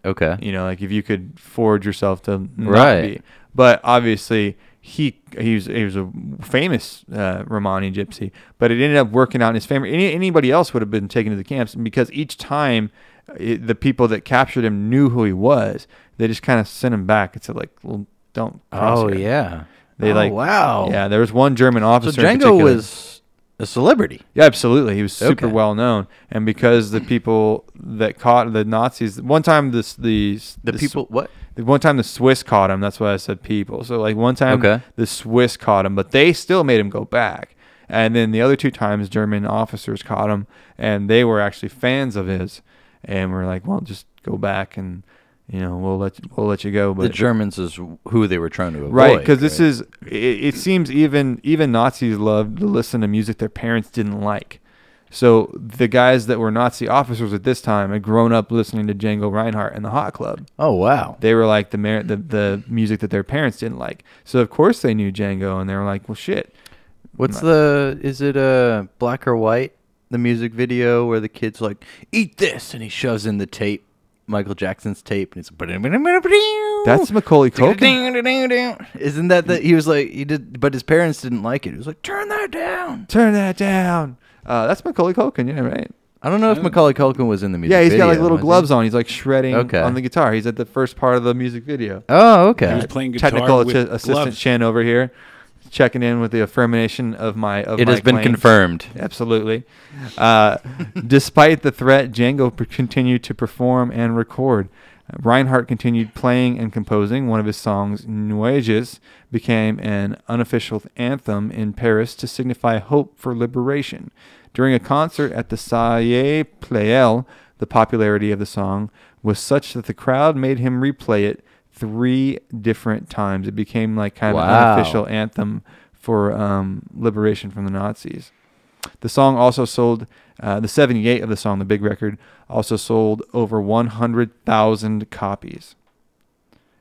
[SPEAKER 2] Okay.
[SPEAKER 1] You know, like if you could forge yourself to not
[SPEAKER 2] Right.
[SPEAKER 1] be. But obviously, he he was he was a famous uh, Romani gypsy, but it ended up working out in his favor. Any, anybody else would have been taken to the camps, and because each time uh, it, the people that captured him knew who he was, they just kind of sent him back and said like, "Well, don't." cross
[SPEAKER 2] Oh
[SPEAKER 1] here."
[SPEAKER 2] yeah.
[SPEAKER 1] They
[SPEAKER 2] Oh,
[SPEAKER 1] like
[SPEAKER 2] wow.
[SPEAKER 1] Yeah, there was one German
[SPEAKER 2] So
[SPEAKER 1] officer. in
[SPEAKER 2] Django
[SPEAKER 1] particular-
[SPEAKER 2] was a celebrity.
[SPEAKER 1] yeah, absolutely. He was super
[SPEAKER 2] Okay.
[SPEAKER 1] well known, and because the people that caught the Nazis one time, this the
[SPEAKER 2] The
[SPEAKER 1] the
[SPEAKER 2] people. What?
[SPEAKER 1] Sw- one time the Swiss caught him. That's why I said people. So like one time
[SPEAKER 2] Okay.
[SPEAKER 1] the Swiss caught him, but they still made him go back. And then the other two times German officers caught him, and they were actually fans of his, and were like, well, just go back and. You know, we'll let you, we'll let you go. But
[SPEAKER 2] The Germans is who they were trying to avoid.
[SPEAKER 1] right because this
[SPEAKER 2] right?
[SPEAKER 1] is it, it seems even even nazis loved to listen to music their parents didn't like so the guys that were nazi officers at this time had grown up listening to django reinhardt and the hot club
[SPEAKER 2] Oh wow.
[SPEAKER 1] they were like the, mer- the the music that their parents didn't like so of course they knew django and they were like well shit
[SPEAKER 2] What's the? Is it uh, black or white? The music video where the kid's like, "Eat this," and he shoves in the tape, Michael Jackson's tape, and it's.
[SPEAKER 1] that's macaulay culkin
[SPEAKER 2] Isn't that that he was like he did, but his parents didn't like it. He was like, "Turn that down."
[SPEAKER 1] turn that down uh, that's macaulay culkin yeah right
[SPEAKER 2] I don't know if Macaulay Culkin was in the music.
[SPEAKER 1] yeah, he's
[SPEAKER 2] he's
[SPEAKER 1] got like little gloves on. He's like shredding
[SPEAKER 2] Okay.
[SPEAKER 1] on the guitar. He's at the first part of the music video.
[SPEAKER 2] Oh, okay.
[SPEAKER 3] was playing guitar
[SPEAKER 1] technical
[SPEAKER 3] with
[SPEAKER 1] assi- assistant
[SPEAKER 3] gloves.
[SPEAKER 1] Shan over here, checking in with the affirmation of my of
[SPEAKER 2] It
[SPEAKER 1] my
[SPEAKER 2] has been
[SPEAKER 1] claim.
[SPEAKER 2] confirmed.
[SPEAKER 1] Absolutely. Uh, despite the threat, Django p- continued to perform and record. Reinhardt continued playing and composing. One of his songs, Nueges, became an unofficial anthem in Paris to signify hope for liberation. During a concert at the Salle Pleyel, the popularity of the song was such that the crowd made him replay it three different times. It became like kind of
[SPEAKER 2] Wow.
[SPEAKER 1] an unofficial anthem for um, liberation from the Nazis. The song also sold, uh, the 78 of the song, the big record, also sold over 100,000 copies.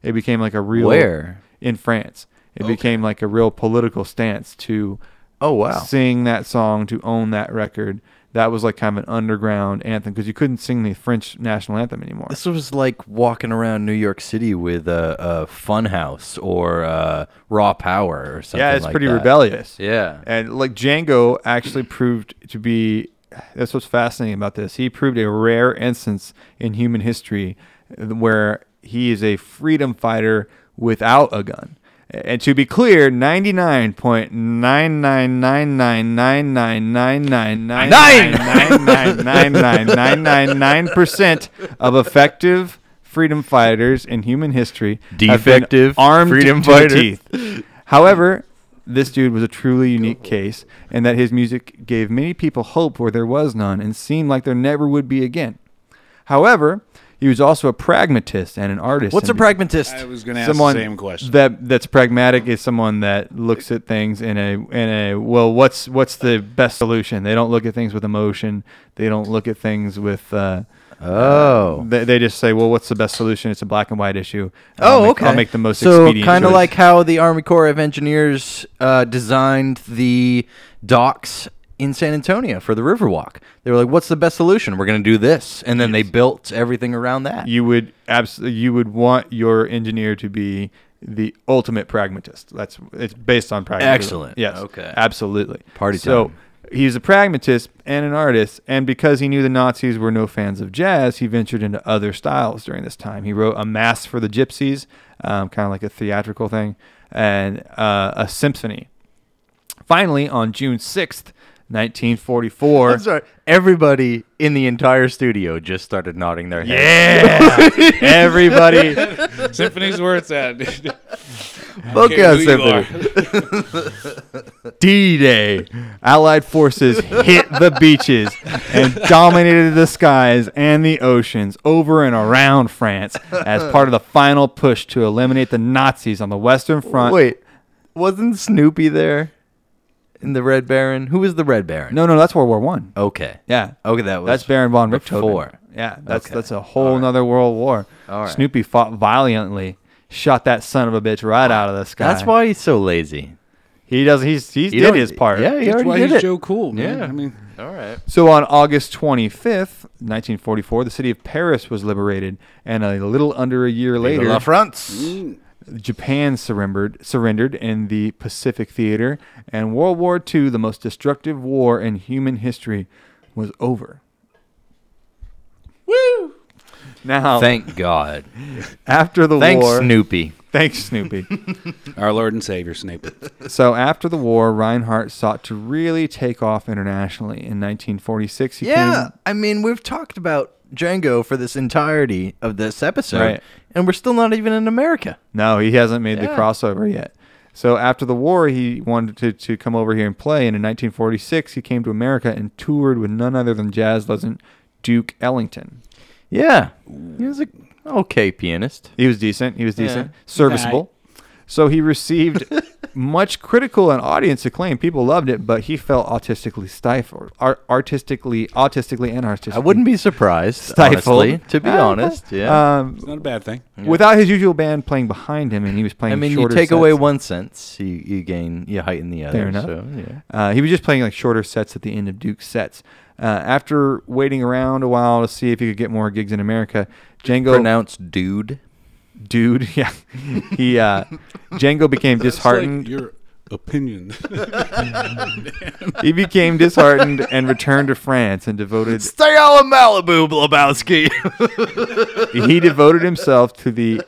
[SPEAKER 1] It became like a real.
[SPEAKER 2] Where?
[SPEAKER 1] In France. It became like a real political stance to
[SPEAKER 2] Oh wow.
[SPEAKER 1] sing that song, to own that record. That was like kind of an underground anthem because you couldn't sing the French national anthem anymore.
[SPEAKER 2] This was like walking around New York City with a, a Funhouse or uh Raw Power or something.
[SPEAKER 1] yeah, it's
[SPEAKER 2] like
[SPEAKER 1] pretty
[SPEAKER 2] that.
[SPEAKER 1] rebellious.
[SPEAKER 2] Yeah.
[SPEAKER 1] And like Django actually proved to be that's what's fascinating about this. He proved a rare instance in human history where he is a freedom fighter without a gun. And to be clear, ninety nine point nine nine nine nine nine nine nine nine nine nine nine nine nine nine nine nine percent of effective freedom fighters in human history have been
[SPEAKER 2] Defective
[SPEAKER 1] armed
[SPEAKER 2] freedom
[SPEAKER 1] to the
[SPEAKER 2] fighters.
[SPEAKER 1] teeth. However, this dude was a truly unique case, and that his music gave many people hope where there was none and seemed like there never would be again. However, he was also a pragmatist and an artist.
[SPEAKER 2] What's a
[SPEAKER 1] and
[SPEAKER 2] pragmatist?
[SPEAKER 3] I was going to ask
[SPEAKER 1] Someone
[SPEAKER 3] the same question.
[SPEAKER 1] that that's pragmatic is someone that looks at things in a in a well, what's what's the best solution? They don't look at things with emotion. They don't look at things with. Uh,
[SPEAKER 2] Oh.
[SPEAKER 1] they, they just say, well, what's the best solution? It's a black and white issue. I'll
[SPEAKER 2] Oh,
[SPEAKER 1] make,
[SPEAKER 2] okay.
[SPEAKER 1] I'll make the most
[SPEAKER 2] so
[SPEAKER 1] expedient.
[SPEAKER 2] kind of
[SPEAKER 1] choice."
[SPEAKER 2] like how the Army Corps of Engineers uh, designed the docks in San Antonio for the Riverwalk. They were like, "What's the best solution? We're going to do this," and then they built everything around that.
[SPEAKER 1] you would absolutely you would want your engineer to be the ultimate pragmatist. That's it's based on pragmatism.
[SPEAKER 2] Excellent.
[SPEAKER 1] Yes.
[SPEAKER 2] Okay.
[SPEAKER 1] Absolutely.
[SPEAKER 2] Party
[SPEAKER 1] So
[SPEAKER 2] time.
[SPEAKER 1] he's a pragmatist and an artist, and because he knew the Nazis were no fans of jazz, he ventured into other styles during this time. He wrote a mass for the gypsies, um, kind of like a theatrical thing, and uh, a symphony. Finally, on June sixth, nineteen forty-four.
[SPEAKER 2] I'm sorry. Everybody in the entire studio just started nodding their heads.
[SPEAKER 1] Yeah, everybody.
[SPEAKER 3] Symphony's where it's at.
[SPEAKER 2] Fuck
[SPEAKER 3] uh, Okay,
[SPEAKER 2] yeah,
[SPEAKER 3] who you are.
[SPEAKER 2] Symphony.
[SPEAKER 1] D-Day. Allied forces hit the beaches and dominated the skies and the oceans over and around France as part of the final push to eliminate the Nazis on the Western Front.
[SPEAKER 2] Wait, wasn't Snoopy there in the Red Baron? Who was the Red Baron?
[SPEAKER 1] No, no, that's World War One.
[SPEAKER 2] Okay.
[SPEAKER 1] Yeah.
[SPEAKER 2] Okay, that Oh. was
[SPEAKER 1] That's Baron von Richthofen.
[SPEAKER 2] before.
[SPEAKER 1] Yeah, that's
[SPEAKER 2] Okay.
[SPEAKER 1] that's a whole nother world war.
[SPEAKER 2] All right.
[SPEAKER 1] Snoopy fought valiantly, shot that son of a bitch right out of the sky.
[SPEAKER 2] That's why he's so lazy.
[SPEAKER 1] he does. He's he
[SPEAKER 2] He
[SPEAKER 1] did
[SPEAKER 2] don't-
[SPEAKER 1] his part.
[SPEAKER 2] Yeah, he
[SPEAKER 3] That's
[SPEAKER 2] already
[SPEAKER 3] why
[SPEAKER 2] did
[SPEAKER 3] he's
[SPEAKER 2] it.
[SPEAKER 3] Joe Cool, man.
[SPEAKER 2] Yeah.
[SPEAKER 3] I mean,
[SPEAKER 2] All right.
[SPEAKER 1] So on August 25th, 1944, the city of Paris was liberated, and a little under a year later,
[SPEAKER 2] La France.
[SPEAKER 1] Japan surrendered, surrendered in the Pacific Theater, and World War II, the most destructive war in human history, was over. Woo! Now,
[SPEAKER 2] Thank God.
[SPEAKER 1] after the
[SPEAKER 2] Thanks,
[SPEAKER 1] war,
[SPEAKER 2] Snoopy.
[SPEAKER 1] thanks Snoopy.
[SPEAKER 3] our Lord and Savior Snape.
[SPEAKER 1] so after the war, Reinhardt sought to really take off internationally. In 1946, he
[SPEAKER 2] Yeah,
[SPEAKER 1] came,
[SPEAKER 2] I mean, we've talked about Django for this entirety of this episode,
[SPEAKER 1] Right.
[SPEAKER 2] and we're still not even in America.
[SPEAKER 1] No, he hasn't made the
[SPEAKER 2] Yeah.
[SPEAKER 1] crossover yet. So after the war, he wanted to, to come over here and play. And in 1946, he came to America and toured with none other than jazz legend Duke Ellington.
[SPEAKER 2] Yeah, he was a okay pianist.
[SPEAKER 1] He was decent. He was decent,
[SPEAKER 2] Yeah.
[SPEAKER 1] serviceable. So he received much critical and audience acclaim. People loved it, but he felt autistically stifled, ar- artistically, autistically, and artistically.
[SPEAKER 2] I wouldn't be surprised,
[SPEAKER 1] stifled.
[SPEAKER 2] honestly, to be
[SPEAKER 1] Uh,
[SPEAKER 2] honest. Yeah,
[SPEAKER 1] Um,
[SPEAKER 3] It's not a bad thing.
[SPEAKER 1] Without his usual band playing behind him, and he was playing.
[SPEAKER 2] I mean, you
[SPEAKER 1] shorter
[SPEAKER 2] take away
[SPEAKER 1] sets.
[SPEAKER 2] one sense, you, you gain, you heighten the other.
[SPEAKER 1] Fair enough.
[SPEAKER 2] So, yeah.
[SPEAKER 1] Uh, he was just playing like shorter sets at the end of Duke's sets. Uh, after waiting around a while to see if he could get more gigs in America, Django
[SPEAKER 2] Pronounce dude.
[SPEAKER 1] dude, yeah, he uh, Django became disheartened.
[SPEAKER 3] your opinion.
[SPEAKER 1] he became disheartened and returned to France and devoted
[SPEAKER 2] Stay out of Malibu, Blabowski.
[SPEAKER 1] he devoted himself to the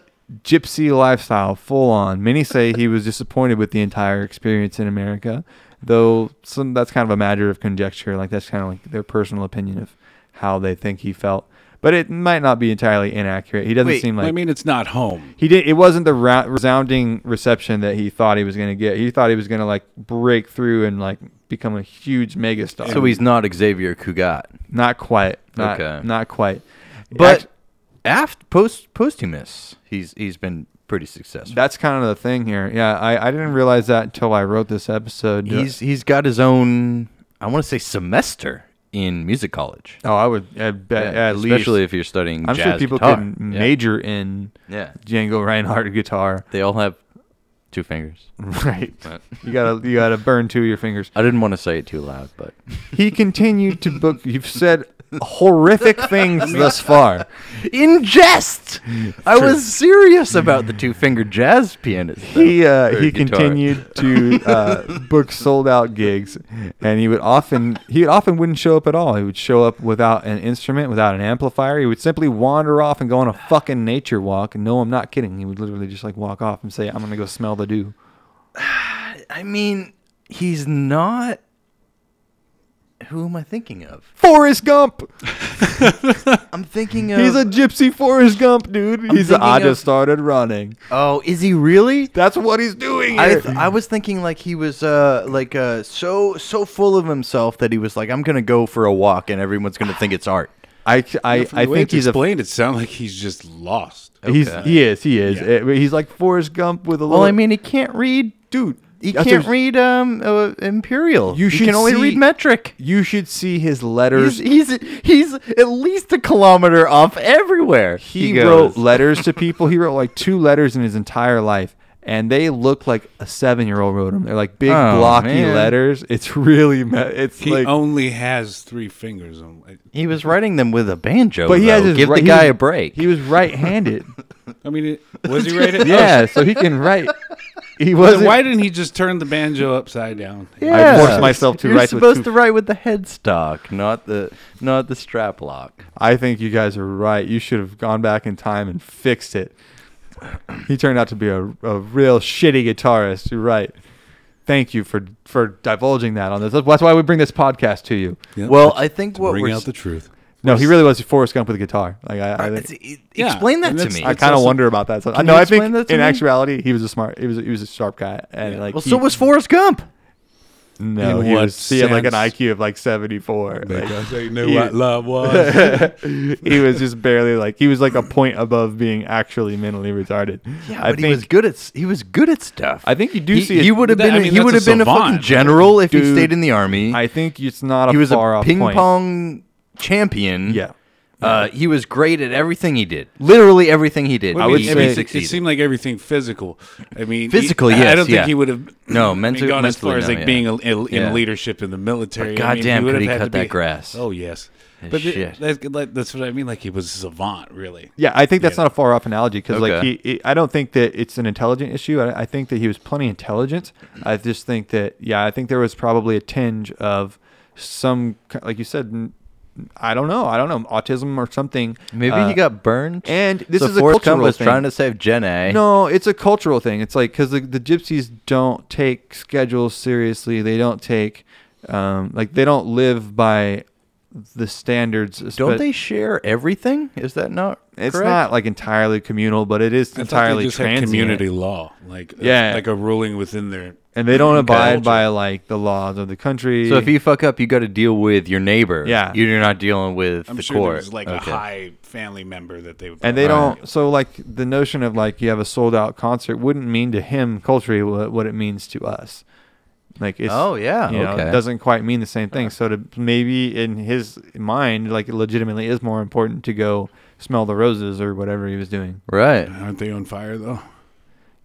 [SPEAKER 1] gypsy lifestyle full on. Many say he was disappointed with the entire experience in America, though some that's kind of a matter of conjecture. Like that's kind of like their personal opinion of how they think he felt. But it might not be entirely inaccurate. He doesn't
[SPEAKER 2] Wait,
[SPEAKER 1] seem like
[SPEAKER 3] I mean, it's not home.
[SPEAKER 1] he did. It wasn't the ra- resounding reception that he thought he was going to get. He thought he was going to like break through and like become a huge megastar.
[SPEAKER 2] so he's not Xavier Cugat,
[SPEAKER 1] not quite. Not,
[SPEAKER 2] Okay.
[SPEAKER 1] Not quite.
[SPEAKER 2] but
[SPEAKER 1] Act-
[SPEAKER 2] aft post posthumous, he's he's been pretty successful.
[SPEAKER 1] That's kind of the thing here. Yeah, I, I didn't realize that until I wrote this episode.
[SPEAKER 2] He's he's got his own. I want to say semester in music college.
[SPEAKER 1] oh, I would I bet at least.
[SPEAKER 2] especially if you're studying.
[SPEAKER 1] I'm
[SPEAKER 2] jazz
[SPEAKER 1] sure people
[SPEAKER 2] guitar.
[SPEAKER 1] can
[SPEAKER 2] Yeah.
[SPEAKER 1] major in
[SPEAKER 2] Yeah.
[SPEAKER 1] Django Reinhardt guitar.
[SPEAKER 2] They all have two fingers.
[SPEAKER 1] Right.
[SPEAKER 2] But
[SPEAKER 1] You gotta you gotta burn two of your fingers.
[SPEAKER 2] I didn't want to say it too loud, but
[SPEAKER 1] He continued to book. You've said horrific things thus far.
[SPEAKER 2] in jest, I was serious about the two-fingered jazz pianist.
[SPEAKER 1] He uh,
[SPEAKER 2] Or
[SPEAKER 1] he
[SPEAKER 2] guitar.
[SPEAKER 1] continued to uh, book sold out gigs, and he would often he often wouldn't show up at all. He would show up without an instrument, without an amplifier. He would simply wander off and go on a fucking nature walk. And no, I'm not kidding. He would literally just like walk off and say, "I'm gonna go smell the dew."
[SPEAKER 2] I mean, he's not. Who am I thinking of?
[SPEAKER 1] Forrest Gump.
[SPEAKER 2] I'm thinking of.
[SPEAKER 1] He's a gypsy Forrest Gump, dude. He's
[SPEAKER 2] thinking
[SPEAKER 1] I
[SPEAKER 2] of-
[SPEAKER 1] just started running.
[SPEAKER 2] oh, is he really?
[SPEAKER 1] That's what he's doing. Here.
[SPEAKER 2] I, th- I was thinking like he was uh like uh so so full of himself that he was like I'm gonna go for a walk and everyone's gonna think it's art.
[SPEAKER 1] I, I,
[SPEAKER 3] From the
[SPEAKER 1] I
[SPEAKER 3] way
[SPEAKER 1] think
[SPEAKER 3] it's
[SPEAKER 1] he's a
[SPEAKER 3] explained. It sounds like he's just lost.
[SPEAKER 1] he's
[SPEAKER 2] Okay.
[SPEAKER 1] he is he is
[SPEAKER 3] Yeah.
[SPEAKER 1] Uh, he's like Forrest Gump with a little.
[SPEAKER 2] Well, I mean he can't read, dude. He
[SPEAKER 1] That's
[SPEAKER 2] can't
[SPEAKER 1] what-
[SPEAKER 2] read um uh, imperial.
[SPEAKER 1] You
[SPEAKER 2] he
[SPEAKER 1] should
[SPEAKER 2] can only
[SPEAKER 1] see-
[SPEAKER 2] read metric.
[SPEAKER 1] you should see his
[SPEAKER 2] He's,
[SPEAKER 1] letters.
[SPEAKER 2] he's he's at least a kilometer off everywhere.
[SPEAKER 1] he
[SPEAKER 2] goes.
[SPEAKER 1] wrote letters to people. He wrote like two letters in his entire life, and they look like a seven-year-old wrote them. They're like big
[SPEAKER 2] Oh,
[SPEAKER 1] blocky
[SPEAKER 2] man.
[SPEAKER 1] letters. It's really me- it's
[SPEAKER 3] He
[SPEAKER 1] like
[SPEAKER 3] only has three fingers. On,
[SPEAKER 2] He was writing them with a banjo.
[SPEAKER 1] but he has
[SPEAKER 2] though.
[SPEAKER 1] his
[SPEAKER 2] give
[SPEAKER 1] right-
[SPEAKER 2] the
[SPEAKER 1] he
[SPEAKER 2] guy
[SPEAKER 1] was-
[SPEAKER 2] a break.
[SPEAKER 1] He was right-handed.
[SPEAKER 3] I mean, it, was he right?
[SPEAKER 1] yeah, so he can write. He
[SPEAKER 3] Then
[SPEAKER 1] wasn't.
[SPEAKER 3] why didn't he just turn the banjo upside down?
[SPEAKER 1] I forced myself to
[SPEAKER 2] You're
[SPEAKER 1] write with
[SPEAKER 2] supposed
[SPEAKER 1] two-
[SPEAKER 2] to write with the headstock, not the not the strap lock.
[SPEAKER 1] I think you guys are right. You should have gone back in time and fixed it. He turned out to be a, a real shitty guitarist. You're right. Thank you for for divulging that on this. That's why we bring this podcast to you.
[SPEAKER 3] Yep.
[SPEAKER 2] Well, I think what
[SPEAKER 3] bring
[SPEAKER 2] we're
[SPEAKER 3] out the truth.
[SPEAKER 1] No, he really was Forrest Gump with a guitar. Like I, I,
[SPEAKER 2] It's-
[SPEAKER 1] think-
[SPEAKER 2] it-
[SPEAKER 3] Yeah,
[SPEAKER 2] explain that
[SPEAKER 3] and
[SPEAKER 2] to
[SPEAKER 3] that's-
[SPEAKER 2] me.
[SPEAKER 1] I
[SPEAKER 3] it's
[SPEAKER 1] kind of
[SPEAKER 3] also-
[SPEAKER 1] wonder about that. So,
[SPEAKER 2] Can
[SPEAKER 1] no, I
[SPEAKER 2] you
[SPEAKER 1] think
[SPEAKER 2] explain that to
[SPEAKER 1] in
[SPEAKER 2] me?
[SPEAKER 1] actuality he was a smart. He was he was a sharp guy, and like
[SPEAKER 2] well,
[SPEAKER 1] he-
[SPEAKER 2] so was Forrest Gump.
[SPEAKER 1] no,
[SPEAKER 3] In
[SPEAKER 1] he
[SPEAKER 3] what
[SPEAKER 1] was he had like an
[SPEAKER 3] sense?
[SPEAKER 1] IQ of like seventy four.
[SPEAKER 3] Because they knew
[SPEAKER 1] Yeah.
[SPEAKER 3] what love was.
[SPEAKER 1] he was just barely like he was like a point above being actually mentally retarded.
[SPEAKER 2] Yeah,
[SPEAKER 1] I
[SPEAKER 2] but he was good at s- he was good at stuff.
[SPEAKER 1] I think you do
[SPEAKER 2] he,
[SPEAKER 1] see.
[SPEAKER 2] he
[SPEAKER 1] it-
[SPEAKER 2] would have
[SPEAKER 3] That-
[SPEAKER 2] been
[SPEAKER 3] I mean,
[SPEAKER 2] he
[SPEAKER 3] that's
[SPEAKER 2] would
[SPEAKER 3] a
[SPEAKER 2] have been a
[SPEAKER 3] savant,
[SPEAKER 2] fucking
[SPEAKER 3] right?
[SPEAKER 2] general if he
[SPEAKER 1] Dude,
[SPEAKER 2] stayed in the army.
[SPEAKER 1] I think it's not a
[SPEAKER 2] he was
[SPEAKER 1] far
[SPEAKER 2] a
[SPEAKER 1] off
[SPEAKER 2] ping
[SPEAKER 1] point.
[SPEAKER 2] pong champion.
[SPEAKER 1] Yeah.
[SPEAKER 2] Uh, he was great at everything he did. Literally everything he did.
[SPEAKER 1] I would
[SPEAKER 2] he,
[SPEAKER 3] I
[SPEAKER 1] say-
[SPEAKER 3] mean,
[SPEAKER 2] he
[SPEAKER 3] it,
[SPEAKER 2] succeeded.
[SPEAKER 3] it seemed like everything physical. I mean,
[SPEAKER 2] Physical,
[SPEAKER 3] he, I- I
[SPEAKER 2] yes,
[SPEAKER 3] don't
[SPEAKER 2] yeah.
[SPEAKER 3] think he would have.
[SPEAKER 2] No,
[SPEAKER 3] I mean,
[SPEAKER 2] mental-
[SPEAKER 3] gone as
[SPEAKER 2] mentally,
[SPEAKER 3] far as
[SPEAKER 2] no,
[SPEAKER 3] like
[SPEAKER 2] yeah.
[SPEAKER 3] being a, a-
[SPEAKER 2] Yeah.
[SPEAKER 3] in leadership in the military.
[SPEAKER 2] But
[SPEAKER 3] I mean,
[SPEAKER 2] goddamn,
[SPEAKER 3] would
[SPEAKER 2] could
[SPEAKER 3] have
[SPEAKER 2] he
[SPEAKER 3] had
[SPEAKER 2] cut
[SPEAKER 3] to
[SPEAKER 2] that
[SPEAKER 3] be-
[SPEAKER 2] grass.
[SPEAKER 3] Oh yes,
[SPEAKER 2] Ah,
[SPEAKER 3] but the-
[SPEAKER 2] shit.
[SPEAKER 3] that's, like, that's what I mean. Like he was a savant, really.
[SPEAKER 1] Yeah, I think that's
[SPEAKER 3] Yeah.
[SPEAKER 1] not a far off analogy because like
[SPEAKER 2] Okay.
[SPEAKER 1] he, he- I don't think that it's an intelligent issue. I, I think that he was plenty intelligent. I just think that yeah, I think there was probably a tinge of some ki- like you said. n- I don't know. I don't know autism or something.
[SPEAKER 2] Maybe
[SPEAKER 1] Uh,
[SPEAKER 2] he got burned.
[SPEAKER 1] and this
[SPEAKER 2] so
[SPEAKER 1] is a
[SPEAKER 2] Forrest
[SPEAKER 1] cultural
[SPEAKER 2] Gump was
[SPEAKER 1] thing.
[SPEAKER 2] trying to save Gen A.
[SPEAKER 1] No, it's a cultural thing. It's like because the, the gypsies don't take schedules seriously. They don't take, um, like they don't live by the standards.
[SPEAKER 2] don't
[SPEAKER 1] espe-
[SPEAKER 2] they share everything? Is that not?
[SPEAKER 1] It's
[SPEAKER 2] correct?
[SPEAKER 1] not like entirely communal, but it is
[SPEAKER 3] I thought they
[SPEAKER 1] entirely
[SPEAKER 3] just had
[SPEAKER 1] transient.
[SPEAKER 3] community law, like uh,
[SPEAKER 1] Yeah.
[SPEAKER 3] like a ruling within their.
[SPEAKER 1] and they don't abide
[SPEAKER 3] Culture.
[SPEAKER 1] by like the laws of the country.
[SPEAKER 2] So if you fuck up, you got to deal with your neighbor.
[SPEAKER 1] Yeah.
[SPEAKER 2] you're not dealing with
[SPEAKER 3] I'm
[SPEAKER 2] the
[SPEAKER 3] sure
[SPEAKER 2] court.
[SPEAKER 3] there was like
[SPEAKER 2] Okay.
[SPEAKER 3] a high family member that they would.
[SPEAKER 1] and they
[SPEAKER 2] Right.
[SPEAKER 1] don't, so like the notion of like you have a sold out concert wouldn't mean to him culturally what, what it means to us. Like it's
[SPEAKER 2] Oh, yeah,
[SPEAKER 1] you know,
[SPEAKER 2] okay.
[SPEAKER 1] it doesn't quite mean the same thing. So to maybe in his mind, like it legitimately is more important to go smell the roses or whatever he was doing.
[SPEAKER 2] Right.
[SPEAKER 3] Aren't they on fire though?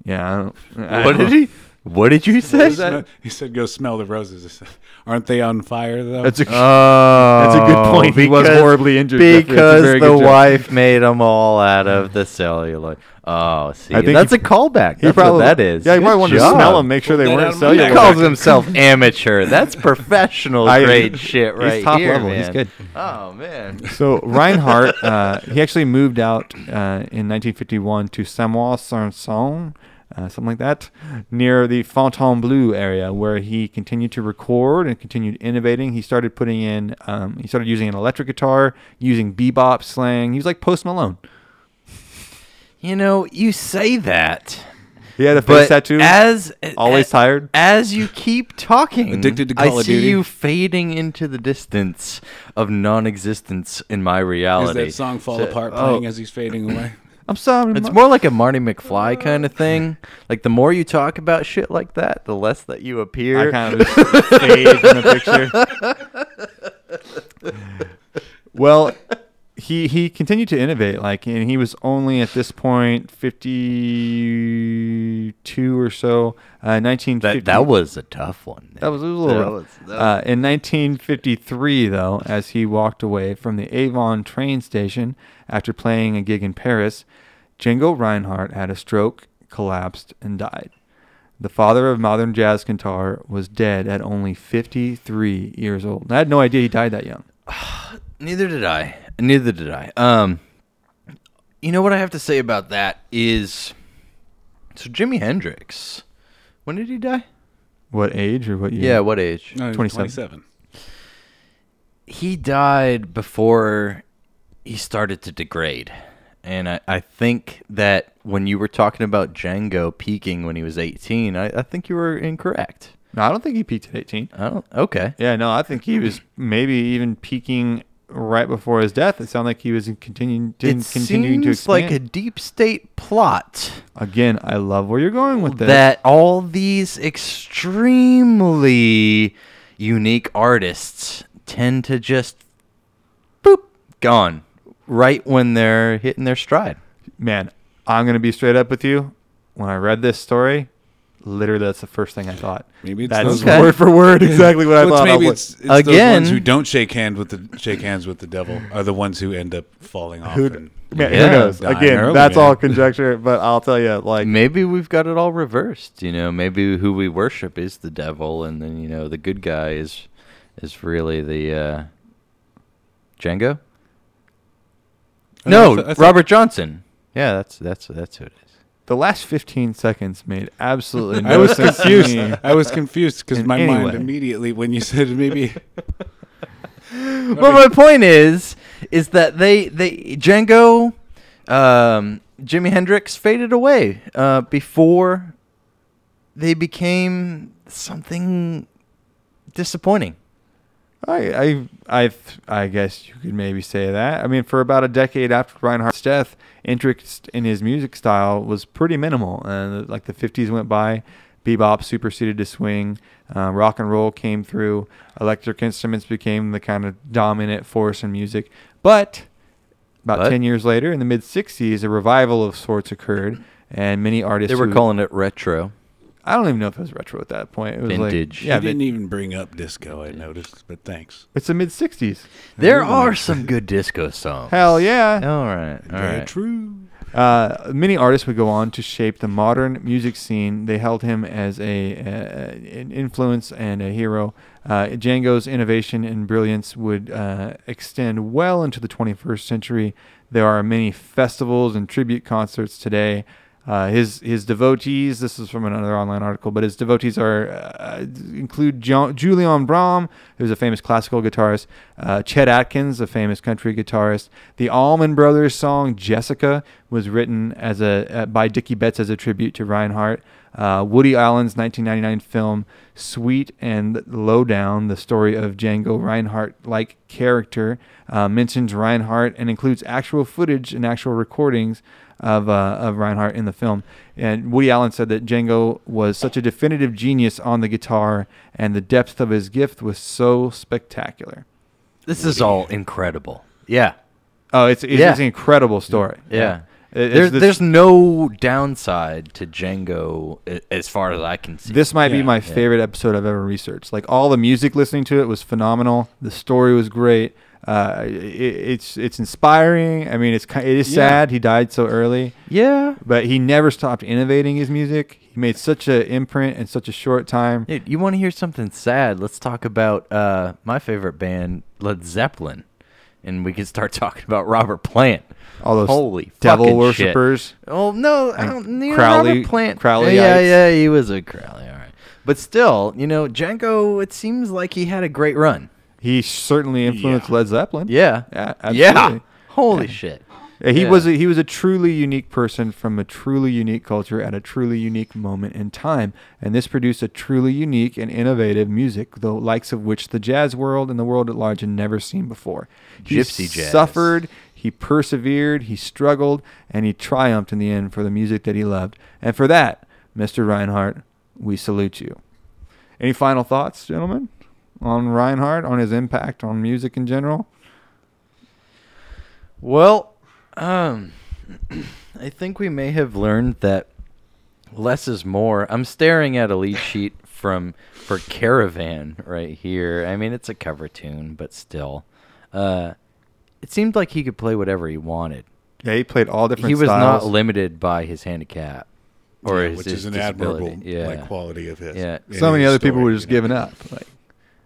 [SPEAKER 1] Yeah, I don't, I
[SPEAKER 2] What
[SPEAKER 1] don't-
[SPEAKER 2] did he? What did you say?
[SPEAKER 1] is that?
[SPEAKER 3] He said, "Go smell the roses." I said, Aren't they on fire though?
[SPEAKER 1] That's a
[SPEAKER 2] Oh,
[SPEAKER 1] That's a good point. He was horribly injured, Jeffrey. That's a
[SPEAKER 2] because
[SPEAKER 1] very
[SPEAKER 2] the
[SPEAKER 1] good joke.
[SPEAKER 2] wife made them all out of the celluloid. Oh, see,
[SPEAKER 1] I think
[SPEAKER 2] that's
[SPEAKER 1] he-
[SPEAKER 2] a callback. That's
[SPEAKER 1] he probably
[SPEAKER 2] what that is.
[SPEAKER 1] Yeah, he
[SPEAKER 2] Good
[SPEAKER 1] probably wanted
[SPEAKER 2] job.
[SPEAKER 1] to smell them, make sure they
[SPEAKER 3] Well,
[SPEAKER 1] weren't
[SPEAKER 3] that-
[SPEAKER 1] cellular.
[SPEAKER 2] He calls himself amateur. That's professional
[SPEAKER 1] I-
[SPEAKER 2] grade shit right
[SPEAKER 1] He's top
[SPEAKER 2] here,
[SPEAKER 1] level.
[SPEAKER 2] Man.
[SPEAKER 1] He's good.
[SPEAKER 2] Oh man.
[SPEAKER 1] So Reinhardt, uh, he actually moved out uh, in 1951 to Samoa Sanson, uh, something like that, near the Fontainebleau area, where he continued to record and continued innovating. He started putting in, um, he started using an electric guitar, using bebop slang. He was like Post Malone.
[SPEAKER 2] You know, you say that,
[SPEAKER 1] He had a face
[SPEAKER 2] but
[SPEAKER 1] tattoo.
[SPEAKER 2] as
[SPEAKER 1] always
[SPEAKER 2] as,
[SPEAKER 1] tired.
[SPEAKER 2] As you keep talking,
[SPEAKER 3] Addicted to Call
[SPEAKER 2] I
[SPEAKER 3] of
[SPEAKER 2] see
[SPEAKER 3] Duty.
[SPEAKER 2] you fading into the distance of non-existence in my
[SPEAKER 3] Is
[SPEAKER 2] reality.
[SPEAKER 3] that song "Fall
[SPEAKER 2] So-
[SPEAKER 3] Apart"
[SPEAKER 2] oh,
[SPEAKER 3] playing as he's fading away?
[SPEAKER 1] I'm sorry.
[SPEAKER 2] It's
[SPEAKER 1] Ma-
[SPEAKER 2] more like a Marty McFly kind of thing. Like the more you talk about shit like that, the less that you appear.
[SPEAKER 1] I kind of fade from the picture. well, he he continued to innovate, like, and he was only at this point fifty 1952 or so. Uh, 1950.
[SPEAKER 2] That that was a tough one.
[SPEAKER 1] That was, it was a little
[SPEAKER 2] That
[SPEAKER 1] rough.
[SPEAKER 2] was- that
[SPEAKER 1] Uh, in 1953, though, as he walked away from the Avon train station after playing a gig in Paris, Django Reinhardt had a stroke, collapsed, and died. The father of modern jazz guitar was dead at only 53 years old. And I had no idea he died that young.
[SPEAKER 2] Neither did I. Neither did I. Um, you know what I have to say about that is, so Jimi Hendrix, when did he die?
[SPEAKER 1] What age or what year?
[SPEAKER 2] Yeah, what age?
[SPEAKER 3] No,
[SPEAKER 1] 27.
[SPEAKER 3] 27.
[SPEAKER 2] He died before he started to degrade, and I, I think that when you were talking about Django peaking when he was eighteen, I, I think you were incorrect.
[SPEAKER 1] No, I don't think he peaked at 18.
[SPEAKER 2] I don't. Okay.
[SPEAKER 1] Yeah, no, I think he was maybe even peaking right before his death. It sounded like he was in continuing,
[SPEAKER 2] It
[SPEAKER 1] didn't continuing to
[SPEAKER 2] seems like a
[SPEAKER 1] expand.
[SPEAKER 2] deep state plot
[SPEAKER 1] Again, I love where you're going with this.
[SPEAKER 2] that all these extremely unique artists tend to just boop gone right when they're hitting their stride.
[SPEAKER 1] Man, I'm gonna be straight up with you. When I read this story, literally that's the first thing I thought.
[SPEAKER 3] Maybe it's
[SPEAKER 1] that's
[SPEAKER 3] those
[SPEAKER 2] Okay.
[SPEAKER 1] word for word exactly what I
[SPEAKER 3] Well, it's
[SPEAKER 1] thought. I
[SPEAKER 3] maybe
[SPEAKER 1] would.
[SPEAKER 3] it's, it's those
[SPEAKER 2] Again-
[SPEAKER 3] ones who don't shake hand with the shake hands with the devil are the ones who end up falling off.
[SPEAKER 1] Who'd-
[SPEAKER 3] and,
[SPEAKER 1] Man,
[SPEAKER 2] Yeah.
[SPEAKER 1] who knows?
[SPEAKER 3] Dying
[SPEAKER 1] Again,
[SPEAKER 3] early,
[SPEAKER 1] that's
[SPEAKER 3] man.
[SPEAKER 1] all conjecture, but I'll tell you, like,
[SPEAKER 2] Maybe we've got it all reversed, you know, maybe who we worship is the devil and then you know the good guy is is really the uh Django?
[SPEAKER 3] Oh,
[SPEAKER 2] No,
[SPEAKER 3] I thought- I thought-
[SPEAKER 2] Robert Johnson. Yeah, that's that's that's who it is.
[SPEAKER 1] the last 15 seconds made absolutely no
[SPEAKER 3] I was
[SPEAKER 1] sense to
[SPEAKER 3] confused.
[SPEAKER 1] me.
[SPEAKER 3] I was confused because
[SPEAKER 1] In
[SPEAKER 3] my
[SPEAKER 1] any
[SPEAKER 3] mind
[SPEAKER 1] way.
[SPEAKER 3] immediately when you said maybe
[SPEAKER 2] but my point is, is that they they Django, um, Jimi Hendrix faded away uh, before they became something disappointing.
[SPEAKER 1] I, I, I, I guess you could maybe say that. I mean, for about a decade after Reinhardt's death, interest in his music style was pretty minimal. And uh, like the 50s went by, bebop superseded to swing, uh, rock and roll came through, electric instruments became the kind of dominant force in music. But about
[SPEAKER 2] But?
[SPEAKER 1] 10 years later, in the mid 60s, a revival of sorts occurred, and many artists
[SPEAKER 2] They were
[SPEAKER 1] who-
[SPEAKER 2] calling it retro.
[SPEAKER 1] I don't even know if it was retro at that point. It was
[SPEAKER 2] Vintage.
[SPEAKER 1] like yeah,
[SPEAKER 3] you
[SPEAKER 1] but
[SPEAKER 3] didn't e- even bring up disco. I noticed, but thanks.
[SPEAKER 1] it's the mid 60s.
[SPEAKER 2] There are some good disco songs.
[SPEAKER 1] Hell yeah.
[SPEAKER 2] All right, all
[SPEAKER 3] Very
[SPEAKER 2] right.
[SPEAKER 3] true.
[SPEAKER 1] Uh, many artists would go on to shape the modern music scene. They held him as a, uh, an influence and a hero. Uh, Django's innovation and brilliance would uh, extend well into the 21st century. There are many festivals and tribute concerts today. Uh, his his devotees. This is from another online article, but his devotees are uh, include jo- Julian Brahm, who's a famous classical guitarist, uh, Chet Atkins, a famous country guitarist. The Allman Brothers song "Jessica" was written as a uh, by Dickie Betts as a tribute to Reinhardt. Uh, Woody Allen's 1999 film "Sweet and Lowdown," the story of Django Reinhardt-like character, uh, mentions Reinhardt and includes actual footage and actual recordings of uh, of Reinhardt in the film. And Woody Allen said that Django was such a definitive genius on the guitar, and the depth of his gift was so spectacular.
[SPEAKER 2] This is all incredible. Yeah,
[SPEAKER 1] Oh, it's it's,
[SPEAKER 2] Yeah.
[SPEAKER 1] it's an incredible story.
[SPEAKER 2] yeah.
[SPEAKER 1] It- it's
[SPEAKER 2] There's
[SPEAKER 1] this-
[SPEAKER 2] there's no downside to Django a- as far as I can see.
[SPEAKER 1] This might be
[SPEAKER 3] Yeah.
[SPEAKER 1] my favorite episode I've ever researched. Like all the music listening to it was phenomenal. The story was great. Uh, it, it's it's inspiring. I mean, it's ki- it is
[SPEAKER 3] Yeah.
[SPEAKER 1] sad he died so early,
[SPEAKER 2] yeah.
[SPEAKER 1] but he never stopped innovating his music. He made such an imprint in such a short time.
[SPEAKER 2] Dude, you want to hear something sad? Let's talk about uh, my favorite band, Led Zeppelin, and we can start talking about Robert Plant.
[SPEAKER 1] All those
[SPEAKER 2] holy
[SPEAKER 1] devil
[SPEAKER 2] fucking shit.
[SPEAKER 1] worshippers.
[SPEAKER 2] Oh no, I
[SPEAKER 1] And
[SPEAKER 2] don't you know,
[SPEAKER 1] Crowley-
[SPEAKER 2] Robert Plant.
[SPEAKER 1] Crowleyites.
[SPEAKER 2] yeah, yeah, he was a Crowley. All right, but still, you know, Django. It seems like he had a great run.
[SPEAKER 1] He certainly influenced
[SPEAKER 3] Yeah.
[SPEAKER 1] Led Zeppelin.
[SPEAKER 2] Yeah,
[SPEAKER 1] Yeah,
[SPEAKER 2] yeah.
[SPEAKER 1] absolutely.
[SPEAKER 2] Holy shit.
[SPEAKER 1] Uh, He
[SPEAKER 2] Yeah.
[SPEAKER 1] was a, he was a truly unique person from a truly unique culture at a truly unique moment in time, and this produced a truly unique and innovative music, the likes of which the jazz world and the world at large had never seen before. He
[SPEAKER 2] Gypsy jazz.
[SPEAKER 1] suffered, he persevered, he struggled, and he triumphed in the end for the music that he loved. And for that, Mr. Reinhardt, we salute you. Any final thoughts, gentlemen, on Reinhardt, on his impact on music in general?
[SPEAKER 2] Well, um, I think we may have learned that Less is more. I'm staring at a lead sheet from for Caravan right here. I mean, it's a cover tune, but still, uh, it seemed like he could play whatever he wanted.
[SPEAKER 1] Yeah, he played all different.
[SPEAKER 2] he was
[SPEAKER 1] styles.
[SPEAKER 2] not limited by his handicap or
[SPEAKER 3] Yeah,
[SPEAKER 2] his,
[SPEAKER 3] which
[SPEAKER 2] his
[SPEAKER 3] is an
[SPEAKER 2] disability.
[SPEAKER 3] admirable
[SPEAKER 2] yeah.
[SPEAKER 3] like quality of his.
[SPEAKER 2] Yeah.
[SPEAKER 3] in
[SPEAKER 1] So many
[SPEAKER 3] his
[SPEAKER 1] other people were
[SPEAKER 3] story,
[SPEAKER 1] just
[SPEAKER 3] you know?
[SPEAKER 1] giving up. Like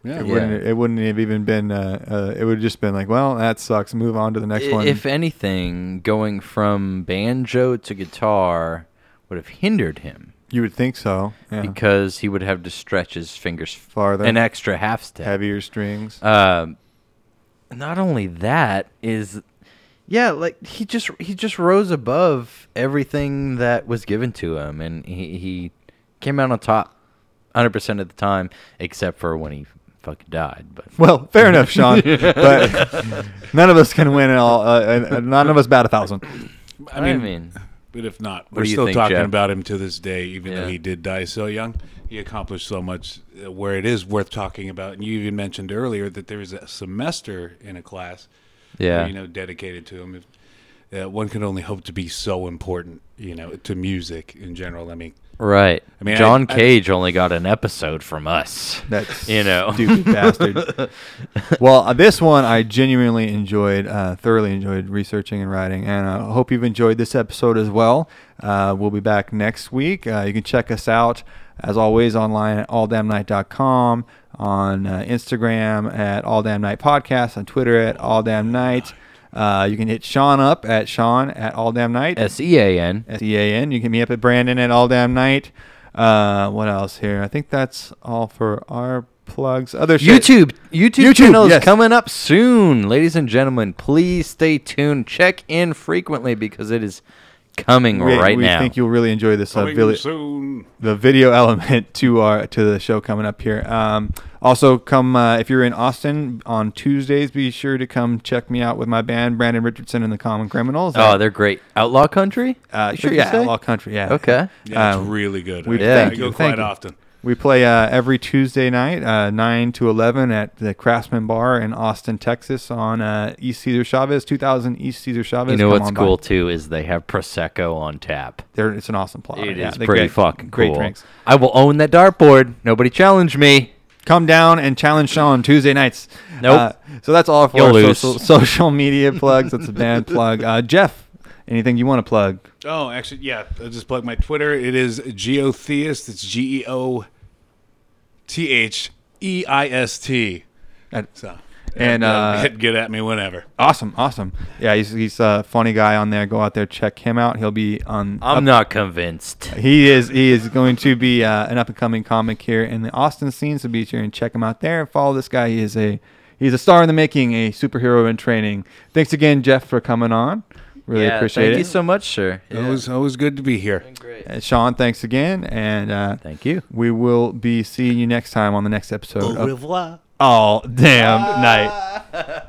[SPEAKER 3] Yeah.
[SPEAKER 1] it
[SPEAKER 2] Yeah.
[SPEAKER 1] wouldn't. It wouldn't have even been. Uh, uh, it would have just been like, well, that sucks. Move on to the next
[SPEAKER 2] I-
[SPEAKER 1] one.
[SPEAKER 2] If anything, going from banjo to guitar would have hindered him
[SPEAKER 1] you would think so. Yeah.
[SPEAKER 2] because he would have to stretch his fingers
[SPEAKER 1] Farther.
[SPEAKER 2] an extra half step.
[SPEAKER 1] Heavier strings.
[SPEAKER 2] Um, not only that is, yeah, like he just he just rose above everything that was given to him, and he he came out on top, hundred percent of the time, except for when he fucking died. But
[SPEAKER 1] Well, fair enough, Sean. but none of us can win at all. Uh, and, and none of us bat a thousand.
[SPEAKER 3] I mean,
[SPEAKER 2] I mean
[SPEAKER 3] but if not,
[SPEAKER 2] do
[SPEAKER 3] we're
[SPEAKER 2] you
[SPEAKER 3] still
[SPEAKER 2] think,
[SPEAKER 3] talking
[SPEAKER 2] Jeff?
[SPEAKER 3] about him to this day, even though
[SPEAKER 2] Yeah.
[SPEAKER 3] he did die so young. He accomplished so much uh, where it is worth talking about. And you even mentioned earlier that there was a semester in a class,
[SPEAKER 2] yeah,
[SPEAKER 3] you know, dedicated to him. If, uh, one could only hope to be so important, you know, to music in general. I mean,
[SPEAKER 2] right.
[SPEAKER 3] I mean,
[SPEAKER 2] John
[SPEAKER 3] I- I-
[SPEAKER 2] Cage only got an episode from us.
[SPEAKER 1] That's
[SPEAKER 2] You know.
[SPEAKER 1] stupid bastard. Well, uh, this one I genuinely enjoyed, uh, thoroughly enjoyed researching and writing, and I hope you've enjoyed this episode as well. Uh, we'll be back next week. Uh, you can check us out as always online at alldamnight.com, on uh, Instagram at alldamnight podcast, on Twitter at alldamnight. Uh, you can hit Sean up at Sean at alldamnight.
[SPEAKER 2] S E A N.
[SPEAKER 1] S E A N. You can hit me up at Brandon at All Damn Night. Uh, what else here? I think that's all for our plugs. Other shit.
[SPEAKER 2] YouTube, YouTube,
[SPEAKER 1] YouTube,
[SPEAKER 2] channel is
[SPEAKER 1] yes.
[SPEAKER 2] coming up soon, ladies and gentlemen. Please stay tuned. Check in frequently because it is coming
[SPEAKER 1] We,
[SPEAKER 2] right
[SPEAKER 1] we
[SPEAKER 2] now.
[SPEAKER 1] think you'll really enjoy this uh,
[SPEAKER 3] coming
[SPEAKER 1] vili-
[SPEAKER 3] soon.
[SPEAKER 1] the video element to our to the show coming up here. Um, also, come uh, if you're in Austin on Tuesdays, be sure to come check me out with my band Brandon Richardson and the Common Criminals.
[SPEAKER 2] oh, they're great. Outlaw Country.
[SPEAKER 1] uh,
[SPEAKER 2] Would
[SPEAKER 1] sure,
[SPEAKER 2] you
[SPEAKER 1] yeah,
[SPEAKER 2] say?
[SPEAKER 1] Outlaw Country, yeah.
[SPEAKER 2] Okay.
[SPEAKER 3] Yeah, it's
[SPEAKER 1] Um,
[SPEAKER 3] really good.
[SPEAKER 1] we-
[SPEAKER 3] I,
[SPEAKER 2] thank
[SPEAKER 3] I
[SPEAKER 1] you,
[SPEAKER 3] go
[SPEAKER 1] thank
[SPEAKER 3] quite
[SPEAKER 1] you.
[SPEAKER 3] often.
[SPEAKER 1] We play uh, every Tuesday night, uh, 9 to 11 at the Craftsman Bar in Austin, Texas on uh, East Cesar Chavez, 2000 East Cesar Chavez.
[SPEAKER 2] You
[SPEAKER 1] Come
[SPEAKER 2] know what's
[SPEAKER 1] on
[SPEAKER 2] cool
[SPEAKER 1] By.
[SPEAKER 2] too is they have prosecco on tap.
[SPEAKER 1] They're, it's an awesome plot.
[SPEAKER 2] It is
[SPEAKER 1] Oh, Yeah, they
[SPEAKER 2] pretty
[SPEAKER 1] got
[SPEAKER 2] fucking
[SPEAKER 1] great
[SPEAKER 2] cool.
[SPEAKER 1] drinks.
[SPEAKER 2] I will own that dartboard. Nobody challenge me.
[SPEAKER 1] Come down and challenge Sean Tuesday nights. Uh,
[SPEAKER 2] Nope.
[SPEAKER 1] so that's all for
[SPEAKER 2] You'll
[SPEAKER 1] our
[SPEAKER 2] lose.
[SPEAKER 1] social, social media plugs. That's a band plug. Uh, Jeff, anything you want to plug?
[SPEAKER 3] Oh, actually, yeah. I'll just plug my Twitter. It is Geotheist. It's G E O T H E I S T.
[SPEAKER 1] At-
[SPEAKER 3] So
[SPEAKER 1] And, uh,
[SPEAKER 3] get- get at me whenever.
[SPEAKER 1] Awesome, awesome. Yeah, he's, he's a funny guy on there. Go out there, check him out. He'll be on
[SPEAKER 2] I'm not convinced.
[SPEAKER 1] He is he is going to be uh, an up and coming comic here in the Austin scene, so be sure and check him out there. Follow this guy. He is a he's a star in the making, a superhero in training. Thanks again, Jeff, for coming on. Really
[SPEAKER 2] Yeah,
[SPEAKER 1] appreciate
[SPEAKER 2] thank
[SPEAKER 1] it.
[SPEAKER 2] you so much, sir. Yeah.
[SPEAKER 3] Always, always good to be here.
[SPEAKER 2] Great.
[SPEAKER 1] Uh, Sean, thanks again, and uh,
[SPEAKER 2] Thank you.
[SPEAKER 1] we will be seeing you next time on the next episode of
[SPEAKER 3] revoir.
[SPEAKER 1] All Damn Night.